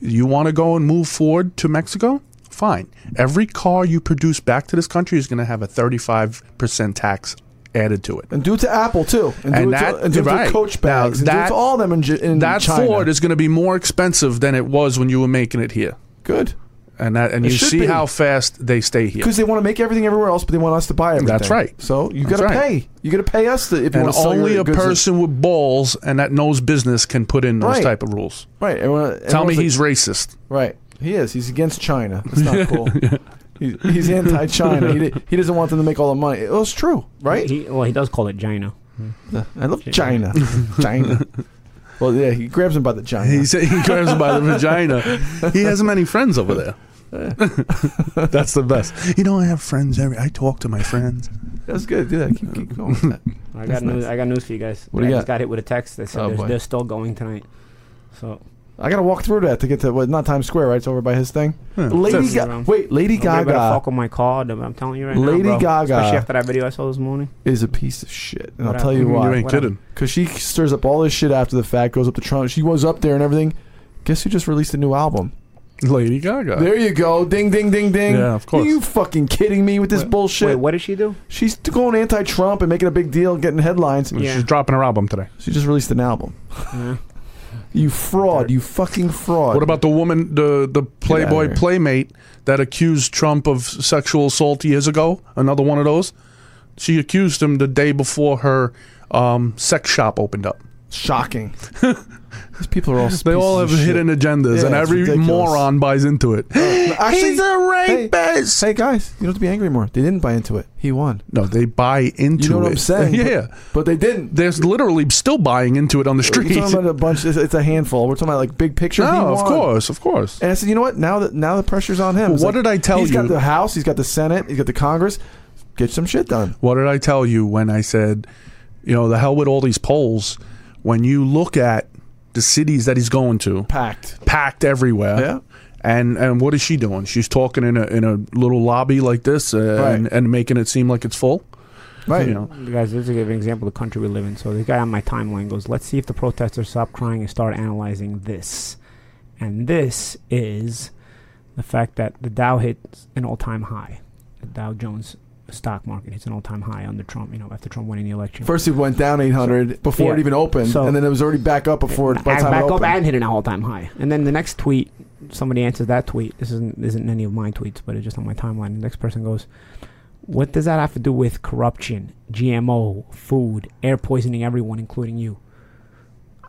[SPEAKER 4] You want to go and move forward to Mexico? Fine. Every car you produce back to this country is going to have a 35 percent tax added to it.
[SPEAKER 3] And do it to Apple, too. And, do
[SPEAKER 4] And
[SPEAKER 3] it
[SPEAKER 4] that-
[SPEAKER 3] to, and do it to
[SPEAKER 4] right.
[SPEAKER 3] Coach
[SPEAKER 4] Now,
[SPEAKER 3] bags. and do it
[SPEAKER 4] that-
[SPEAKER 3] to all them in, J- in
[SPEAKER 4] that
[SPEAKER 3] China.
[SPEAKER 4] Ford is going to be more expensive than it was when you were making it here.
[SPEAKER 3] Good.
[SPEAKER 4] And that, and
[SPEAKER 3] It
[SPEAKER 4] you
[SPEAKER 3] should
[SPEAKER 4] see
[SPEAKER 3] be.
[SPEAKER 4] how fast they stay here.
[SPEAKER 3] Because they want to make everything everywhere else, but they want us to buy everything.
[SPEAKER 4] That's right.
[SPEAKER 3] So you got
[SPEAKER 4] That's
[SPEAKER 3] to
[SPEAKER 4] right.
[SPEAKER 3] pay. You got to pay us to, if you
[SPEAKER 4] And
[SPEAKER 3] want to sell
[SPEAKER 4] only
[SPEAKER 3] your
[SPEAKER 4] a
[SPEAKER 3] goods.
[SPEAKER 4] person with balls and that knows business can put in those
[SPEAKER 3] Right.
[SPEAKER 4] type of rules.
[SPEAKER 3] Right. everyone-
[SPEAKER 4] Tell me
[SPEAKER 3] everyone's like-
[SPEAKER 4] he's racist.
[SPEAKER 3] right. He is. He's against China. That's not
[SPEAKER 4] <laughs>
[SPEAKER 3] cool. He's, he's anti-China. He, di- he doesn't want them to make all the money. It was true, right?
[SPEAKER 2] He, well, he does call it Gina.
[SPEAKER 3] I love China.
[SPEAKER 4] <laughs>
[SPEAKER 3] China. Well, yeah, he grabs him by the China.
[SPEAKER 4] He said he grabs him by the vagina. <laughs> He has many friends over there. <laughs> That's the best. You know, I have friends. Every, I talk to my friends.
[SPEAKER 3] That's good. Do that. Keep, keep going. With that.
[SPEAKER 2] I
[SPEAKER 3] That's
[SPEAKER 2] got news.
[SPEAKER 3] nice.
[SPEAKER 2] I got news for you guys.
[SPEAKER 3] What do
[SPEAKER 2] I
[SPEAKER 3] you got?
[SPEAKER 2] just got hit with a text that said
[SPEAKER 3] Oh,
[SPEAKER 2] they're-
[SPEAKER 3] boy.
[SPEAKER 2] they're still going tonight. So
[SPEAKER 3] I gotta walk through that to get to what? Not Times Square, right? It's over by his thing.
[SPEAKER 4] Hmm.
[SPEAKER 3] Lady
[SPEAKER 2] Fifth
[SPEAKER 3] Gaga.
[SPEAKER 2] round.
[SPEAKER 3] Wait, Lady
[SPEAKER 2] I better
[SPEAKER 3] Gaga
[SPEAKER 2] fuck with my car. then I'm telling you right
[SPEAKER 3] Lady
[SPEAKER 2] now, bro.
[SPEAKER 3] Gaga.
[SPEAKER 2] Especially after that video I saw this morning.
[SPEAKER 3] is a piece of shit, and I'll
[SPEAKER 2] What
[SPEAKER 3] tell
[SPEAKER 2] up?
[SPEAKER 3] you
[SPEAKER 4] <laughs> You
[SPEAKER 3] why.
[SPEAKER 4] ain't
[SPEAKER 2] Wow.
[SPEAKER 4] kidding.
[SPEAKER 3] Because she stirs up all this shit after the fact, goes up to Trump. She was up there and everything. Guess who just released a new album?
[SPEAKER 4] Lady Gaga.
[SPEAKER 3] There you go. Ding, ding, ding, ding.
[SPEAKER 4] Uh, Yeah, of course.
[SPEAKER 3] Are you fucking kidding me with this bullshit?
[SPEAKER 2] Wait, what did she <laughs> do?
[SPEAKER 3] She's going anti Trump and making a big deal and getting headlines.
[SPEAKER 4] She's
[SPEAKER 2] Yeah.
[SPEAKER 4] dropping her album today.
[SPEAKER 3] She just released an album.
[SPEAKER 2] Yeah.
[SPEAKER 3] You fraud. You fucking fraud.
[SPEAKER 4] What about the woman, the the Playboy
[SPEAKER 3] here.
[SPEAKER 4] playmate that accused Trump of sexual assault years ago? Another one of those. She accused him the day before her um, sex shop opened up. <laughs>
[SPEAKER 3] Shocking. These people are all.
[SPEAKER 4] They all have
[SPEAKER 3] pieces of shit.
[SPEAKER 4] hidden agendas,
[SPEAKER 3] Yeah,
[SPEAKER 4] and
[SPEAKER 3] it's
[SPEAKER 4] every
[SPEAKER 3] ridiculous.
[SPEAKER 4] moron buys into <gasps> it.
[SPEAKER 3] Actually,
[SPEAKER 4] He's a rapist.
[SPEAKER 3] Hey, hey, guys, you don't have to be angry anymore. They didn't buy into it. He won.
[SPEAKER 4] No, they buy into it.
[SPEAKER 3] You know what I'm saying?
[SPEAKER 4] <laughs> Yeah.
[SPEAKER 3] But, but they didn't.
[SPEAKER 4] They're literally still buying into it on the
[SPEAKER 3] We're
[SPEAKER 4] streets.
[SPEAKER 3] talking
[SPEAKER 4] <laughs>
[SPEAKER 3] about a bunch. It's, it's a handful. We're talking about like big picture. He
[SPEAKER 4] No, of
[SPEAKER 3] won.
[SPEAKER 4] course, of course.
[SPEAKER 3] And I said, you know what? Now that now the pressure's on him.
[SPEAKER 4] Well,
[SPEAKER 3] It's
[SPEAKER 4] what
[SPEAKER 3] like,
[SPEAKER 4] did I tell
[SPEAKER 3] He's got
[SPEAKER 4] you?
[SPEAKER 3] the House. He's got the Senate. He's got the Congress. Get some shit done.
[SPEAKER 4] What did I tell you when I said, you know, the hell with all these polls? When you look at the cities that he's going to,
[SPEAKER 3] Packed.
[SPEAKER 4] packed everywhere.
[SPEAKER 3] Yeah.
[SPEAKER 4] And and what is she doing? She's talking in a in a little lobby like this uh, and,
[SPEAKER 3] Right.
[SPEAKER 4] and making it seem like it's full.
[SPEAKER 3] Right.
[SPEAKER 4] You know,
[SPEAKER 2] Guys, this is an example of the country we live in. So the guy on my timeline goes, "Let's see if the protesters stop crying and start analyzing this." And this is the fact that the Dow hit an all-time high. The Dow Jones stock market hits an all-time high under Trump. You know, after Trump winning the election.
[SPEAKER 3] First it went down 800 before it
[SPEAKER 2] yeah.
[SPEAKER 3] even opened,
[SPEAKER 2] So-
[SPEAKER 3] and then it was already back up before it, by the
[SPEAKER 2] and
[SPEAKER 3] time
[SPEAKER 2] back up
[SPEAKER 3] it opened.
[SPEAKER 2] and hit an all-time high. And then the next tweet, somebody answers that tweet. This isn't isn't any of my tweets, but it's just on my timeline. The next person goes, "What does that have to do with corruption, GMO, food, air poisoning everyone, including you?"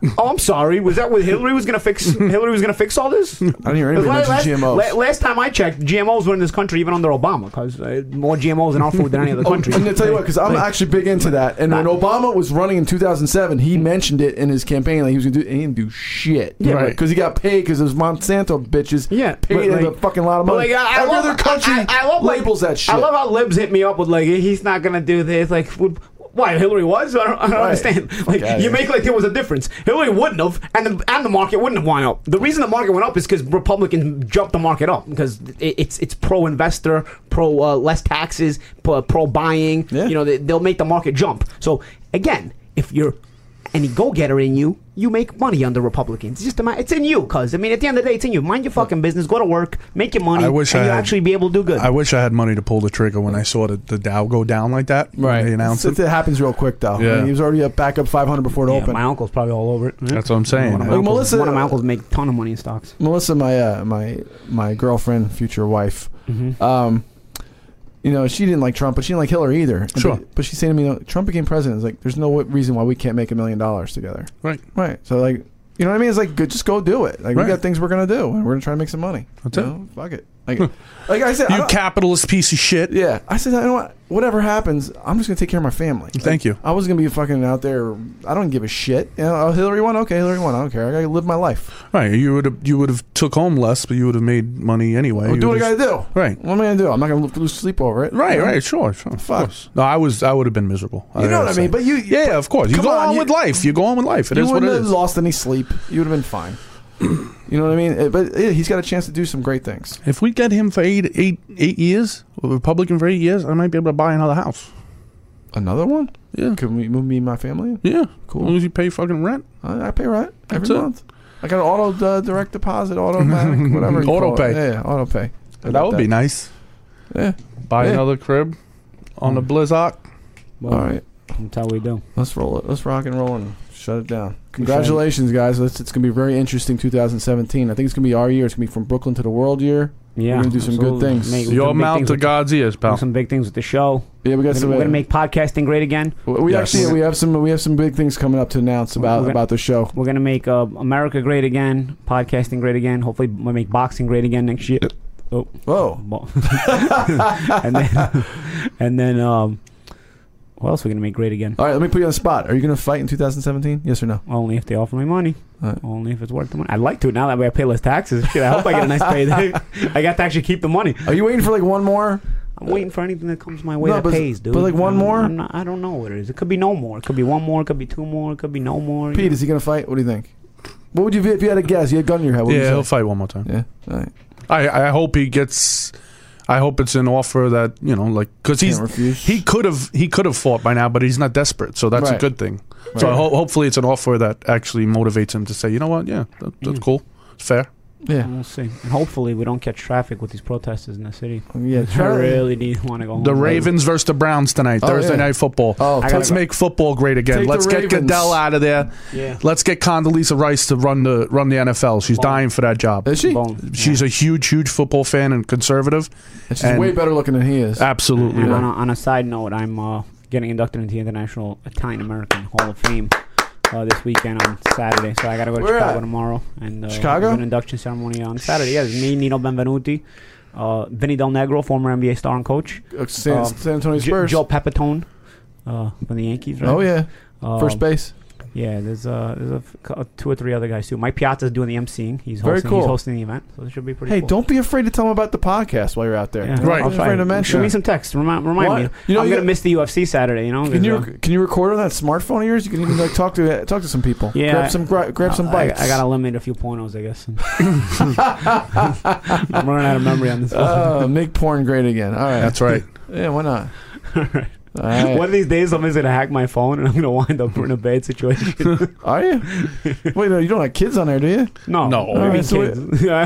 [SPEAKER 2] <laughs> oh, I'm sorry. Was that what Hillary was going to <laughs> fix? Hillary was going to fix all this?
[SPEAKER 3] I don't hear anybody
[SPEAKER 2] Last, last,
[SPEAKER 3] mention GMOs.
[SPEAKER 2] la- last time I checked, GMOs were in this country even under Obama because uh, more GMOs in our food than any <laughs> other country.
[SPEAKER 3] I'm gonna tell you what, because I'm actually big into that. And when Obama was running in 2007, he mentioned it in his campaign. Like he was gonna do, and he didn't do shit.
[SPEAKER 2] Mm-hmm. Yeah,
[SPEAKER 4] Right. but-
[SPEAKER 3] Because he got paid because those Monsanto bitches.
[SPEAKER 2] Yeah,
[SPEAKER 3] paid
[SPEAKER 2] but,
[SPEAKER 3] him
[SPEAKER 2] like-
[SPEAKER 3] a fucking lot of
[SPEAKER 2] But,
[SPEAKER 3] money.
[SPEAKER 2] like, I, I
[SPEAKER 3] Every
[SPEAKER 2] love,
[SPEAKER 3] other country
[SPEAKER 2] I, I- I love, like,
[SPEAKER 3] labels that shit.
[SPEAKER 2] I love how libs hit me up with like he's not gonna do this. Like, would- why Hillary was? I don't, I don't
[SPEAKER 3] Right.
[SPEAKER 2] understand. Like,
[SPEAKER 3] outta
[SPEAKER 2] you
[SPEAKER 3] here.
[SPEAKER 2] make like there was a difference. Hillary wouldn't have, and the and the market wouldn't have went up. The reason the market went up is because Republicans jumped the market up because it, it's it's pro investor, pro uh, less taxes, pro buying.
[SPEAKER 3] Yeah.
[SPEAKER 2] You know, they, they'll make the market jump. So again, if you're any go-getter in you, you make money under Republicans. It's just a matter, it's in you, cuz. I mean, at the end of the day, it's in you. Mind your fucking business, go to work, make your money,
[SPEAKER 4] I wish
[SPEAKER 2] and
[SPEAKER 4] I
[SPEAKER 2] you
[SPEAKER 4] had-
[SPEAKER 2] actually be able to do good.
[SPEAKER 4] I wish I had money to pull the trigger when I saw the, the Dow go down like that. when They announced
[SPEAKER 3] It's-
[SPEAKER 4] it.
[SPEAKER 3] It happens real quick though. I
[SPEAKER 4] Yeah.
[SPEAKER 3] mean, he was already up back up 500 before it
[SPEAKER 2] yeah,
[SPEAKER 3] opened.
[SPEAKER 2] my uncle's probably all over it.
[SPEAKER 4] That's what I'm saying. uh,
[SPEAKER 2] One of my,
[SPEAKER 3] Like,
[SPEAKER 2] uncles,
[SPEAKER 3] Melissa-
[SPEAKER 2] one of my uncles make ton of money in stocks.
[SPEAKER 3] Melissa, my uh, my my girlfriend, future wife,
[SPEAKER 2] Mm-hmm.
[SPEAKER 3] um, you know, she didn't like Trump, but she didn't like Hillary either. And
[SPEAKER 4] Sure.
[SPEAKER 3] But, but she's saying to me, you know, Trump became president. It's like, there's no w- reason why we can't make a million dollars together.
[SPEAKER 4] Right.
[SPEAKER 3] Right. So like, you know what I mean? It's like, good, just go do it. Like we
[SPEAKER 4] Right.
[SPEAKER 3] got things we're gonna do, and we're gonna try to make some money.
[SPEAKER 4] That's
[SPEAKER 3] You
[SPEAKER 4] it.
[SPEAKER 3] know? Fuck it. Like, like I said, I
[SPEAKER 4] You
[SPEAKER 3] don't-
[SPEAKER 4] capitalist piece of shit.
[SPEAKER 3] yeah. I said, you know what? Whatever happens, I'm just gonna take care of my family. Like,
[SPEAKER 4] Thank you.
[SPEAKER 3] I was gonna be fucking out there. I don't give a shit. You know, oh, Hillary won. Okay, Hillary won. I don't care. I gotta live my life.
[SPEAKER 4] Right. You would have you would have took home less, but you would have made money anyway.
[SPEAKER 3] I'll
[SPEAKER 4] You
[SPEAKER 3] Oh, do what I
[SPEAKER 4] would've-
[SPEAKER 3] gotta do.
[SPEAKER 4] Right.
[SPEAKER 3] What am I gonna do? I'm not gonna lo- lose sleep over it.
[SPEAKER 4] Right,
[SPEAKER 3] You know?
[SPEAKER 4] right, sure, sure. Of
[SPEAKER 3] Fuck.
[SPEAKER 4] course. No, I was I would have been miserable.
[SPEAKER 3] You know
[SPEAKER 4] gotta
[SPEAKER 3] what I
[SPEAKER 4] say.
[SPEAKER 3] mean? But you, you
[SPEAKER 4] yeah, yeah, of course. You
[SPEAKER 3] Come
[SPEAKER 4] go
[SPEAKER 3] on,
[SPEAKER 4] on,
[SPEAKER 3] you-
[SPEAKER 4] with life. You go on with life. It
[SPEAKER 3] you
[SPEAKER 4] is what
[SPEAKER 3] wouldn't
[SPEAKER 4] it
[SPEAKER 3] have
[SPEAKER 4] is.
[SPEAKER 3] lost any sleep. You would have been fine. you know what I mean? Uh, But yeah, he's got a chance to do some great things.
[SPEAKER 4] If we get him for eight, eight, eight years, a Republican for eight years, I might be able to buy another house.
[SPEAKER 3] Another one?
[SPEAKER 4] Yeah,
[SPEAKER 3] Can we move me and my family? in?
[SPEAKER 4] yeah.
[SPEAKER 3] Cool.
[SPEAKER 4] As long as you pay fucking rent,
[SPEAKER 3] I, I pay rent every
[SPEAKER 4] That's it.
[SPEAKER 3] month. I got an auto uh, direct deposit, <laughs> automatic, whatever. you
[SPEAKER 4] Auto
[SPEAKER 3] call it.
[SPEAKER 4] pay.
[SPEAKER 3] Yeah, yeah, auto pay. I
[SPEAKER 4] that
[SPEAKER 3] got
[SPEAKER 4] would be nice.
[SPEAKER 3] Yeah.
[SPEAKER 4] Buy
[SPEAKER 3] Yeah. Mm.
[SPEAKER 4] another crib on the Blizzard.
[SPEAKER 3] All right.
[SPEAKER 2] That's how we do.
[SPEAKER 3] Let's roll it. Let's rock and roll and shut it down. Congratulations, guys. It's, it's going to be very interesting 2017. I think it's going to be our year. It's going to be from Brooklyn to the world year.
[SPEAKER 2] Yeah,
[SPEAKER 3] We're gonna do some good
[SPEAKER 2] absolutely.
[SPEAKER 3] things.
[SPEAKER 2] Make-
[SPEAKER 3] We'll
[SPEAKER 4] Your
[SPEAKER 2] do big
[SPEAKER 4] mouth
[SPEAKER 2] things
[SPEAKER 4] to
[SPEAKER 2] with-
[SPEAKER 4] God's ears,
[SPEAKER 2] do
[SPEAKER 4] pal.
[SPEAKER 2] some big things with the show.
[SPEAKER 3] Yeah, we got
[SPEAKER 2] We're
[SPEAKER 3] some.
[SPEAKER 2] gonna, we're gonna make podcasting great again.
[SPEAKER 3] we
[SPEAKER 4] Yes.
[SPEAKER 3] actually we have some we have some big things coming up to announce about
[SPEAKER 2] We're gonna-
[SPEAKER 3] about the show.
[SPEAKER 2] We're gonna make uh, America great again, podcasting great again. Hopefully, we'll make boxing great again next year. Oh,
[SPEAKER 3] Whoa.
[SPEAKER 2] Well- <laughs> and then, and then, um, what else are we gonna make great again?
[SPEAKER 3] All right, let me put you on the spot. Are you going to fight in 2017? Yes or no?
[SPEAKER 2] Only if they offer me money.
[SPEAKER 3] Alright.
[SPEAKER 2] Only if it's worth the money. I'd like to now that way I pay less taxes. Shit, I hope I get a nice
[SPEAKER 4] <laughs>
[SPEAKER 2] payday. I got to actually keep the money.
[SPEAKER 3] Are you waiting for like one more?
[SPEAKER 2] I'm waiting for anything that comes my way
[SPEAKER 3] No,
[SPEAKER 2] that
[SPEAKER 3] but-
[SPEAKER 2] pays, dude.
[SPEAKER 3] but, like, one
[SPEAKER 2] I'm-
[SPEAKER 3] more?
[SPEAKER 2] I'm not- I don't know what it is. It could be no more. It could be one more. It could be two more. It could be no more.
[SPEAKER 3] Pete, is he going to fight? What do you think? What would you if you had a guess? You had a gun in your head. What
[SPEAKER 4] Yeah,
[SPEAKER 3] would you
[SPEAKER 4] he'll
[SPEAKER 3] say?
[SPEAKER 4] fight one more time.
[SPEAKER 3] Yeah. All right.
[SPEAKER 4] I, I hope he gets. I hope it's an offer that you know, like, because he's
[SPEAKER 3] Can't refuse.
[SPEAKER 4] he could have he could have fought by now, but he's not desperate, so that's
[SPEAKER 3] Right.
[SPEAKER 4] a good thing. So I
[SPEAKER 3] Right.
[SPEAKER 4] ho- hopefully, it's an offer that actually motivates him to say, you know what, yeah, that, that's cool, it's fair.
[SPEAKER 3] Yeah.
[SPEAKER 2] We'll see. And hopefully, we don't catch traffic with these protesters in the city.
[SPEAKER 3] Yeah.
[SPEAKER 2] I
[SPEAKER 3] Try to-
[SPEAKER 2] really need want to go home.
[SPEAKER 4] The Ravens versus the Browns tonight,
[SPEAKER 3] Oh,
[SPEAKER 4] Thursday
[SPEAKER 3] yeah.
[SPEAKER 4] night football.
[SPEAKER 3] Oh,
[SPEAKER 2] I
[SPEAKER 4] Let's
[SPEAKER 2] gotta-
[SPEAKER 4] make football great
[SPEAKER 3] Take
[SPEAKER 4] again.
[SPEAKER 3] the
[SPEAKER 4] Let's get
[SPEAKER 3] Ravens.
[SPEAKER 4] Goodell out of there.
[SPEAKER 2] Yeah.
[SPEAKER 4] Let's get Condoleezza Rice to run the run the NFL. She's
[SPEAKER 3] Oh.
[SPEAKER 2] Bone.
[SPEAKER 4] dying for that job.
[SPEAKER 3] Is she?
[SPEAKER 2] Bone.
[SPEAKER 4] She's
[SPEAKER 2] Yeah.
[SPEAKER 4] a huge, huge football fan and conservative.
[SPEAKER 3] And she's
[SPEAKER 4] And-
[SPEAKER 2] Uh,
[SPEAKER 3] way better looking than he is.
[SPEAKER 4] Absolutely.
[SPEAKER 2] And on a,
[SPEAKER 4] right.
[SPEAKER 2] on a side note, I'm uh, getting inducted into the International Italian American Hall of Fame uh, this weekend on Saturday. So I got to go to
[SPEAKER 3] Where
[SPEAKER 2] Chicago
[SPEAKER 3] at?
[SPEAKER 2] tomorrow and uh,
[SPEAKER 3] Chicago?
[SPEAKER 2] have an induction ceremony on Saturday. Yeah, it's me, Nino Benvenuti, uh, Vinny Del Negro, former NBA star and coach,
[SPEAKER 3] Uh, San,
[SPEAKER 2] Um,
[SPEAKER 3] San Antonio
[SPEAKER 2] J-
[SPEAKER 3] Spurs.
[SPEAKER 2] Joe Pepitone uh, from the Yankees. Right?
[SPEAKER 3] oh yeah,
[SPEAKER 2] Um,
[SPEAKER 3] first base.
[SPEAKER 2] Yeah, there's uh, there's a f- cou- uh, two or three other guys too. Mike Piazza's doing the emceeing. He's
[SPEAKER 3] Very
[SPEAKER 2] hosting,
[SPEAKER 3] cool.
[SPEAKER 2] He's hosting the event, so it should be pretty.
[SPEAKER 3] Hey,
[SPEAKER 2] cool.
[SPEAKER 3] don't be afraid to tell them about the podcast while you're out there.
[SPEAKER 2] Yeah,
[SPEAKER 3] Don't be
[SPEAKER 4] Right.
[SPEAKER 2] I'll try.
[SPEAKER 3] afraid to
[SPEAKER 2] Shoot
[SPEAKER 3] mention.
[SPEAKER 2] me some text. Remind, remind
[SPEAKER 3] What?
[SPEAKER 2] me.
[SPEAKER 3] You know,
[SPEAKER 2] I'm
[SPEAKER 3] you-
[SPEAKER 2] gonna miss the UFC Saturday. You know,
[SPEAKER 3] Can you
[SPEAKER 2] 'cause, uh,
[SPEAKER 3] can you record on that smartphone of yours? You can even like talk to talk to some people.
[SPEAKER 2] Yeah, I-
[SPEAKER 3] grab some gra- grab some
[SPEAKER 2] I-
[SPEAKER 3] bites.
[SPEAKER 2] I, gotta eliminate a few pornos, I
[SPEAKER 3] <laughs>
[SPEAKER 2] guess. <laughs> I'm running out of memory on this. one.
[SPEAKER 3] Uh, make porn great again. All right.
[SPEAKER 4] That's right.
[SPEAKER 3] yeah.
[SPEAKER 2] <laughs>
[SPEAKER 3] Why not? All right.
[SPEAKER 2] One of these days, somebody's gonna hack my phone, and I'm gonna wind up in a bad situation. <laughs>
[SPEAKER 3] Are you? Wait, no, you don't have kids on there, do you?
[SPEAKER 2] no,
[SPEAKER 4] No.
[SPEAKER 2] I, mean,
[SPEAKER 3] Alright, so
[SPEAKER 2] kids. <laughs> I-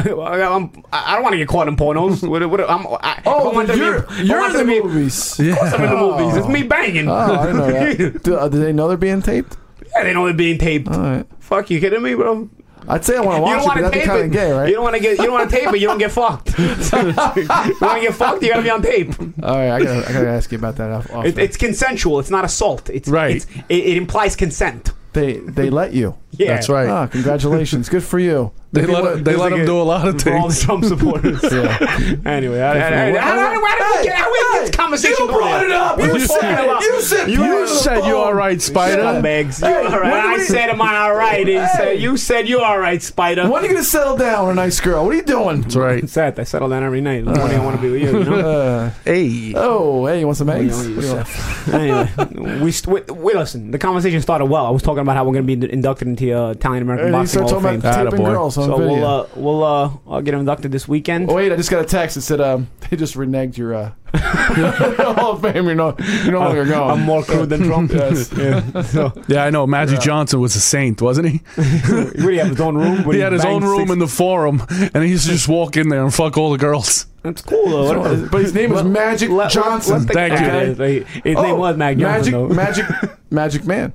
[SPEAKER 2] I'm, I don't want to get caught in pornos. What, what, I'm, I, if
[SPEAKER 3] Oh,
[SPEAKER 2] I wanted to be- if I wanted to be-
[SPEAKER 3] movies.
[SPEAKER 4] Yeah.
[SPEAKER 2] I'm in the
[SPEAKER 3] Oh.
[SPEAKER 2] movies.
[SPEAKER 4] <laughs>
[SPEAKER 2] It's me banging.
[SPEAKER 3] Oh, I didn't know that. Do, uh, do they know they're being taped?
[SPEAKER 2] <laughs> yeah, they know they're being taped.
[SPEAKER 3] All right.
[SPEAKER 2] Fuck, you kidding me, bro?
[SPEAKER 3] I'd say I want to
[SPEAKER 2] You don't
[SPEAKER 3] watch it, but
[SPEAKER 2] want to
[SPEAKER 3] that'd be
[SPEAKER 2] tape
[SPEAKER 3] kind of
[SPEAKER 2] it.
[SPEAKER 3] gay, right?
[SPEAKER 2] You don't want to get. You don't want to tape it. You don't get
[SPEAKER 3] <laughs>
[SPEAKER 2] fucked. you want to get fucked? You gotta be on tape.
[SPEAKER 3] All right, I gotta, I gotta ask you about that. Off, off
[SPEAKER 2] It,
[SPEAKER 3] air.
[SPEAKER 2] it's consensual. It's not assault. It's
[SPEAKER 4] Right.
[SPEAKER 2] It's, it, it implies consent.
[SPEAKER 3] they they let you.
[SPEAKER 2] Yeah,
[SPEAKER 4] That's right.
[SPEAKER 3] Ah, congratulations, good for you.
[SPEAKER 4] they
[SPEAKER 3] Maybe
[SPEAKER 4] let
[SPEAKER 3] what-
[SPEAKER 4] him, they
[SPEAKER 2] there's
[SPEAKER 4] let
[SPEAKER 2] like
[SPEAKER 4] him
[SPEAKER 2] a-
[SPEAKER 4] do a lot of
[SPEAKER 2] For all the
[SPEAKER 4] things.
[SPEAKER 2] Trump <laughs> supporters. Anyway, I, I, I, I, I, I, I, I, this conversation
[SPEAKER 3] You brought it up.
[SPEAKER 2] You
[SPEAKER 3] You
[SPEAKER 2] were talking
[SPEAKER 3] said
[SPEAKER 2] about
[SPEAKER 3] you said
[SPEAKER 4] You
[SPEAKER 3] porn on the
[SPEAKER 4] said you
[SPEAKER 3] phone.
[SPEAKER 4] all right, Spider.
[SPEAKER 2] Scumbags. You
[SPEAKER 3] Hey,
[SPEAKER 2] all right?
[SPEAKER 3] when do
[SPEAKER 2] I
[SPEAKER 3] we-
[SPEAKER 2] said am I all right? He said
[SPEAKER 3] Hey.
[SPEAKER 2] you said you all right, Spider.
[SPEAKER 3] When are you gonna settle down with a nice girl? What are you doing?
[SPEAKER 4] That's right.
[SPEAKER 2] Seth, I settle down every night. That's morning I want to be with you. you
[SPEAKER 3] <laughs>
[SPEAKER 2] know?
[SPEAKER 3] Uh,
[SPEAKER 4] Hey.
[SPEAKER 3] oh, hey, you want some eggs?
[SPEAKER 2] only
[SPEAKER 3] What do you want?
[SPEAKER 2] anyway, we, st- we, we listen. The conversation started well. I was talking about how we're going to be ind- inducted into the uh, Italian American
[SPEAKER 3] And you
[SPEAKER 2] Boxing
[SPEAKER 3] start
[SPEAKER 2] Hall of
[SPEAKER 3] talking
[SPEAKER 2] Fame.
[SPEAKER 3] about taping
[SPEAKER 4] Attaboy.
[SPEAKER 3] girls on
[SPEAKER 2] So
[SPEAKER 3] video.
[SPEAKER 2] we'll uh, we'll uh, I'll get inducted this weekend.
[SPEAKER 3] Oh wait, I just got a text that said um, <laughs> they just reneged your uh, <laughs> Hall of Fame. You're no, Oh, you're no longer going.
[SPEAKER 2] I'm
[SPEAKER 3] <laughs>
[SPEAKER 2] more crude than Trump.
[SPEAKER 3] Yes.
[SPEAKER 2] <laughs>
[SPEAKER 3] <laughs>
[SPEAKER 2] yeah. So
[SPEAKER 4] Yeah, I know. Magic Johnson was a saint, wasn't he?
[SPEAKER 2] he really had his own room. but
[SPEAKER 4] He had his own
[SPEAKER 2] banged
[SPEAKER 4] room
[SPEAKER 2] six-
[SPEAKER 4] in the forum, and he used to just walk in there and fuck all the girls.
[SPEAKER 2] That's cool though. I don't-
[SPEAKER 3] but his name was Magic
[SPEAKER 2] Let- let-
[SPEAKER 3] Johnson.
[SPEAKER 2] let the-
[SPEAKER 4] Thank you.
[SPEAKER 2] Yeah, it is. His
[SPEAKER 3] Oh,
[SPEAKER 2] name was Mac Johnson,
[SPEAKER 3] Magic,
[SPEAKER 2] though.
[SPEAKER 3] Magic, Magic Man.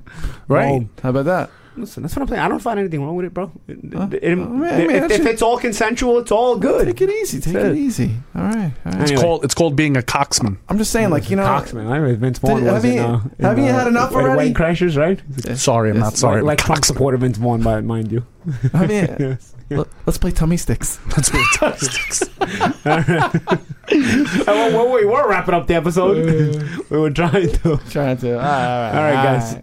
[SPEAKER 4] Right?
[SPEAKER 2] Oh.
[SPEAKER 3] How about that?
[SPEAKER 2] Listen, that's what I'm saying. I don't find anything wrong with it, bro. It- it- it-
[SPEAKER 3] man,
[SPEAKER 2] if-
[SPEAKER 3] man,
[SPEAKER 2] if,
[SPEAKER 3] that's it.
[SPEAKER 2] it's all consensual, it's all good.
[SPEAKER 3] Take it easy. Take
[SPEAKER 2] That's
[SPEAKER 3] it
[SPEAKER 2] it.
[SPEAKER 3] easy. All right. All right.
[SPEAKER 2] Anyway,
[SPEAKER 4] It's called it's called being a coxman.
[SPEAKER 3] I'm just saying, like you know,
[SPEAKER 2] Coxman. I remember Vince Vaughn
[SPEAKER 3] Did-
[SPEAKER 2] was
[SPEAKER 3] have
[SPEAKER 2] in,
[SPEAKER 3] you-
[SPEAKER 2] uh, in,
[SPEAKER 3] have you
[SPEAKER 2] uh,
[SPEAKER 3] had enough
[SPEAKER 2] in Wedding
[SPEAKER 3] already?
[SPEAKER 2] Crashers, right?
[SPEAKER 4] Sorry, I'm not
[SPEAKER 2] Like,
[SPEAKER 4] sorry. I'm
[SPEAKER 2] like
[SPEAKER 4] a
[SPEAKER 2] Trump
[SPEAKER 4] coxman.
[SPEAKER 2] supporter Vince Vaughn, mi- mind you.
[SPEAKER 3] I mean,
[SPEAKER 2] Yes.
[SPEAKER 3] let, us play tummy sticks.
[SPEAKER 2] <laughs>
[SPEAKER 4] That's fantastic.
[SPEAKER 2] Oh, <laughs> well, we were wrapping up the episode. <laughs> we were trying to.
[SPEAKER 3] <laughs> Trying to. All right,
[SPEAKER 2] All right, guys.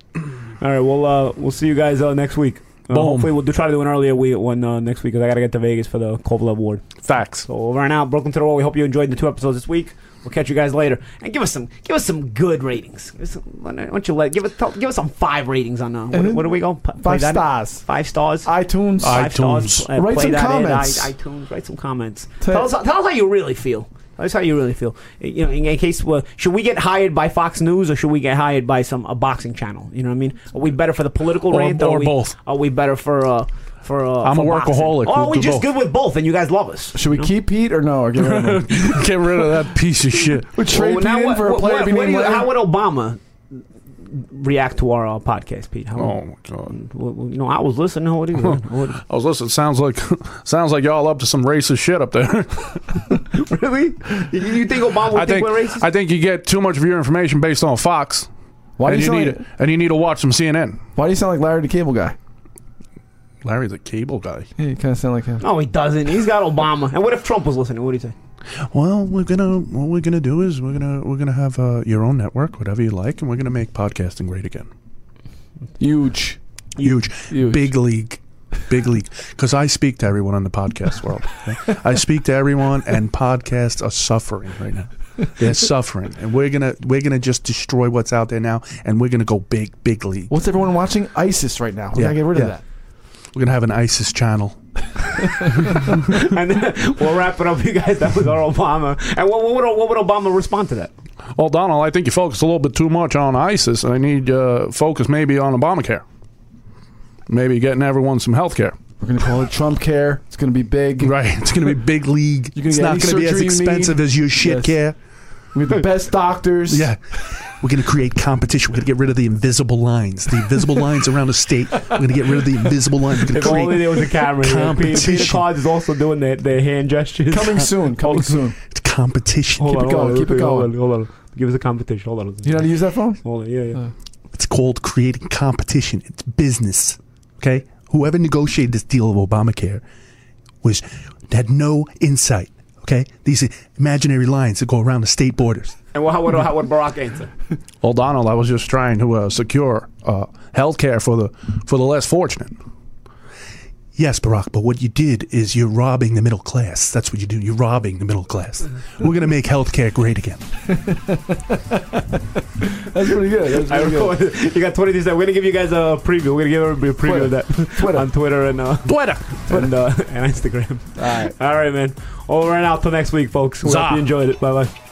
[SPEAKER 2] All right, well, uh, we'll see you guys uh, next week. Uh,
[SPEAKER 4] Boom.
[SPEAKER 2] hopefully, we'll do, try to do an earlier week one uh, next week because I got to get to Vegas for the Kovalev Award.
[SPEAKER 4] Facts.
[SPEAKER 2] So over and out, Brooklyn to the World. We hope you enjoyed the two episodes this week. We'll catch you guys later, and give us some give us some good ratings. Give us some, why don't you let give us tell, give us some five ratings on uh, what,
[SPEAKER 3] Mhm.
[SPEAKER 2] what do we go P- play
[SPEAKER 3] Five
[SPEAKER 2] that?
[SPEAKER 3] stars.
[SPEAKER 2] five stars
[SPEAKER 3] iTunes.
[SPEAKER 2] five stars.
[SPEAKER 4] iTunes.
[SPEAKER 2] Uh,
[SPEAKER 3] Write
[SPEAKER 2] play
[SPEAKER 3] some
[SPEAKER 2] that in,
[SPEAKER 3] comments.
[SPEAKER 2] I, iTunes. Write some comments.
[SPEAKER 3] Ta-
[SPEAKER 2] Tell us, tell us how you really feel. Tell us how you really feel. You know, in, in case uh, should we get hired by Fox News or should we get hired by some a boxing channel? You know what I mean? Are we better for the political
[SPEAKER 4] Or-
[SPEAKER 2] rant?
[SPEAKER 4] or
[SPEAKER 2] are we,
[SPEAKER 4] both.
[SPEAKER 2] Are we better for uh for? Uh,
[SPEAKER 4] I'm
[SPEAKER 2] for
[SPEAKER 4] a workaholic.
[SPEAKER 2] Boxing? Or are
[SPEAKER 4] We'll
[SPEAKER 2] we
[SPEAKER 4] do
[SPEAKER 2] just
[SPEAKER 4] both.
[SPEAKER 2] good with both, and you guys love us?
[SPEAKER 3] Should we keep Pete or no? Or get rid of
[SPEAKER 4] <laughs>
[SPEAKER 3] him?
[SPEAKER 4] <laughs> Get rid of that piece of shit.
[SPEAKER 3] <laughs> Would trade
[SPEAKER 2] Well, now
[SPEAKER 3] Pete in
[SPEAKER 2] what-
[SPEAKER 3] for a
[SPEAKER 2] what-
[SPEAKER 3] player
[SPEAKER 2] what-
[SPEAKER 3] to be
[SPEAKER 2] what do
[SPEAKER 3] named
[SPEAKER 2] you-
[SPEAKER 3] later?
[SPEAKER 2] How would Obama react to our uh, podcast, Pete? How,
[SPEAKER 4] Oh my god.
[SPEAKER 2] well, well, you know, I was listening. What do you? what-
[SPEAKER 4] I was listening. Sounds like <laughs> sounds like y'all up to some racist shit
[SPEAKER 2] <laughs>
[SPEAKER 4] up there.
[SPEAKER 2] really? You, you think Obama would
[SPEAKER 4] I think
[SPEAKER 2] we're racist?
[SPEAKER 4] I think you get too much of your information based on Fox.
[SPEAKER 3] Why do
[SPEAKER 4] and
[SPEAKER 3] you
[SPEAKER 4] you
[SPEAKER 3] sound
[SPEAKER 4] need
[SPEAKER 3] like,
[SPEAKER 4] and you need to watch some CNN.
[SPEAKER 3] Why do you sound like Larry the Cable Guy?
[SPEAKER 4] Larry's a cable guy.
[SPEAKER 3] Yeah, you kind of sound like him.
[SPEAKER 2] No, he doesn't. He's got Obama. And what if Trump was listening? What do you say? <laughs>
[SPEAKER 4] Well, we're gonna what we're gonna do is we're gonna we're gonna have uh, your own network, whatever you like, and we're gonna make podcasting great again.
[SPEAKER 3] Huge.
[SPEAKER 4] Huge,
[SPEAKER 3] Huge.
[SPEAKER 4] big league, big league. Because I speak to everyone in the podcast world. okay? I speak to everyone, and podcasts are suffering right now. They're suffering, and we're gonna we're gonna just destroy what's out there now, and we're gonna go big, big league.
[SPEAKER 3] What's everyone watching? ISIS right now. We
[SPEAKER 4] Yeah,
[SPEAKER 3] gotta get rid of
[SPEAKER 4] yeah.
[SPEAKER 3] that.
[SPEAKER 4] We're gonna have an ISIS channel.
[SPEAKER 2] And then we'll wrap it up, you guys. That was our Obama. And what, what, would, what would Obama respond to that?
[SPEAKER 4] Well, Donald, I think you focused a little bit too much on ISIS. I need uh, focus maybe on Obamacare. Maybe getting everyone some health care.
[SPEAKER 3] We're gonna call it Trump Care. It's gonna be big.
[SPEAKER 4] <laughs> Right. It's going to be big league.
[SPEAKER 3] You're gonna
[SPEAKER 4] it's
[SPEAKER 3] get
[SPEAKER 4] not
[SPEAKER 3] any
[SPEAKER 4] going to be as
[SPEAKER 3] surgery you
[SPEAKER 4] expensive
[SPEAKER 3] need.
[SPEAKER 4] as your shit
[SPEAKER 3] Yes.
[SPEAKER 4] care.
[SPEAKER 3] We have the best doctors.
[SPEAKER 4] Yeah. <laughs> We're going to create competition. We're going to get rid of the invisible lines. The invisible lines around the state. We're going to get rid of the invisible lines. We're gonna
[SPEAKER 2] If only
[SPEAKER 4] create
[SPEAKER 2] there was a camera here. Peter, Peter
[SPEAKER 4] Competition.
[SPEAKER 2] Cards is also doing their, their hand gestures.
[SPEAKER 3] <laughs> Coming soon. Coming soon.
[SPEAKER 4] competition.
[SPEAKER 2] Hold
[SPEAKER 3] Keep
[SPEAKER 2] on,
[SPEAKER 3] it going,
[SPEAKER 2] <laughs> hold on,
[SPEAKER 3] keep it
[SPEAKER 2] hold on,
[SPEAKER 3] going.
[SPEAKER 2] Hold on. Give us a competition. Hold on.
[SPEAKER 3] You know Uh. how to use that phone?
[SPEAKER 2] Hold on. Yeah, yeah.
[SPEAKER 4] It's called creating competition. It's business. Okay? Whoever negotiated this deal of Obamacare was had no insight. Okay? These imaginary lines that go around the state borders.
[SPEAKER 2] and well, how would how would Barack
[SPEAKER 3] <laughs>
[SPEAKER 2] answer?
[SPEAKER 5] Hold on, I was just trying to uh, secure uh, health care for the for the less fortunate.
[SPEAKER 4] Yes, Barack, but what you did is you're robbing the middle class. That's what you do. You're robbing the middle class. We're going to make healthcare great again.
[SPEAKER 3] That's pretty good. That's
[SPEAKER 2] I
[SPEAKER 3] pretty good.
[SPEAKER 2] record- <laughs> you got 20 days. We're gonna give you guys a preview. We're gonna give everybody a preview of that <laughs>
[SPEAKER 3] Twitter.
[SPEAKER 2] on Twitter and uh, <laughs>
[SPEAKER 5] Twitter.
[SPEAKER 2] and, uh, and Instagram. All right, all right, man. Well, we're right out till next week, folks. We hope
[SPEAKER 5] Za.
[SPEAKER 2] you enjoyed it. Bye bye.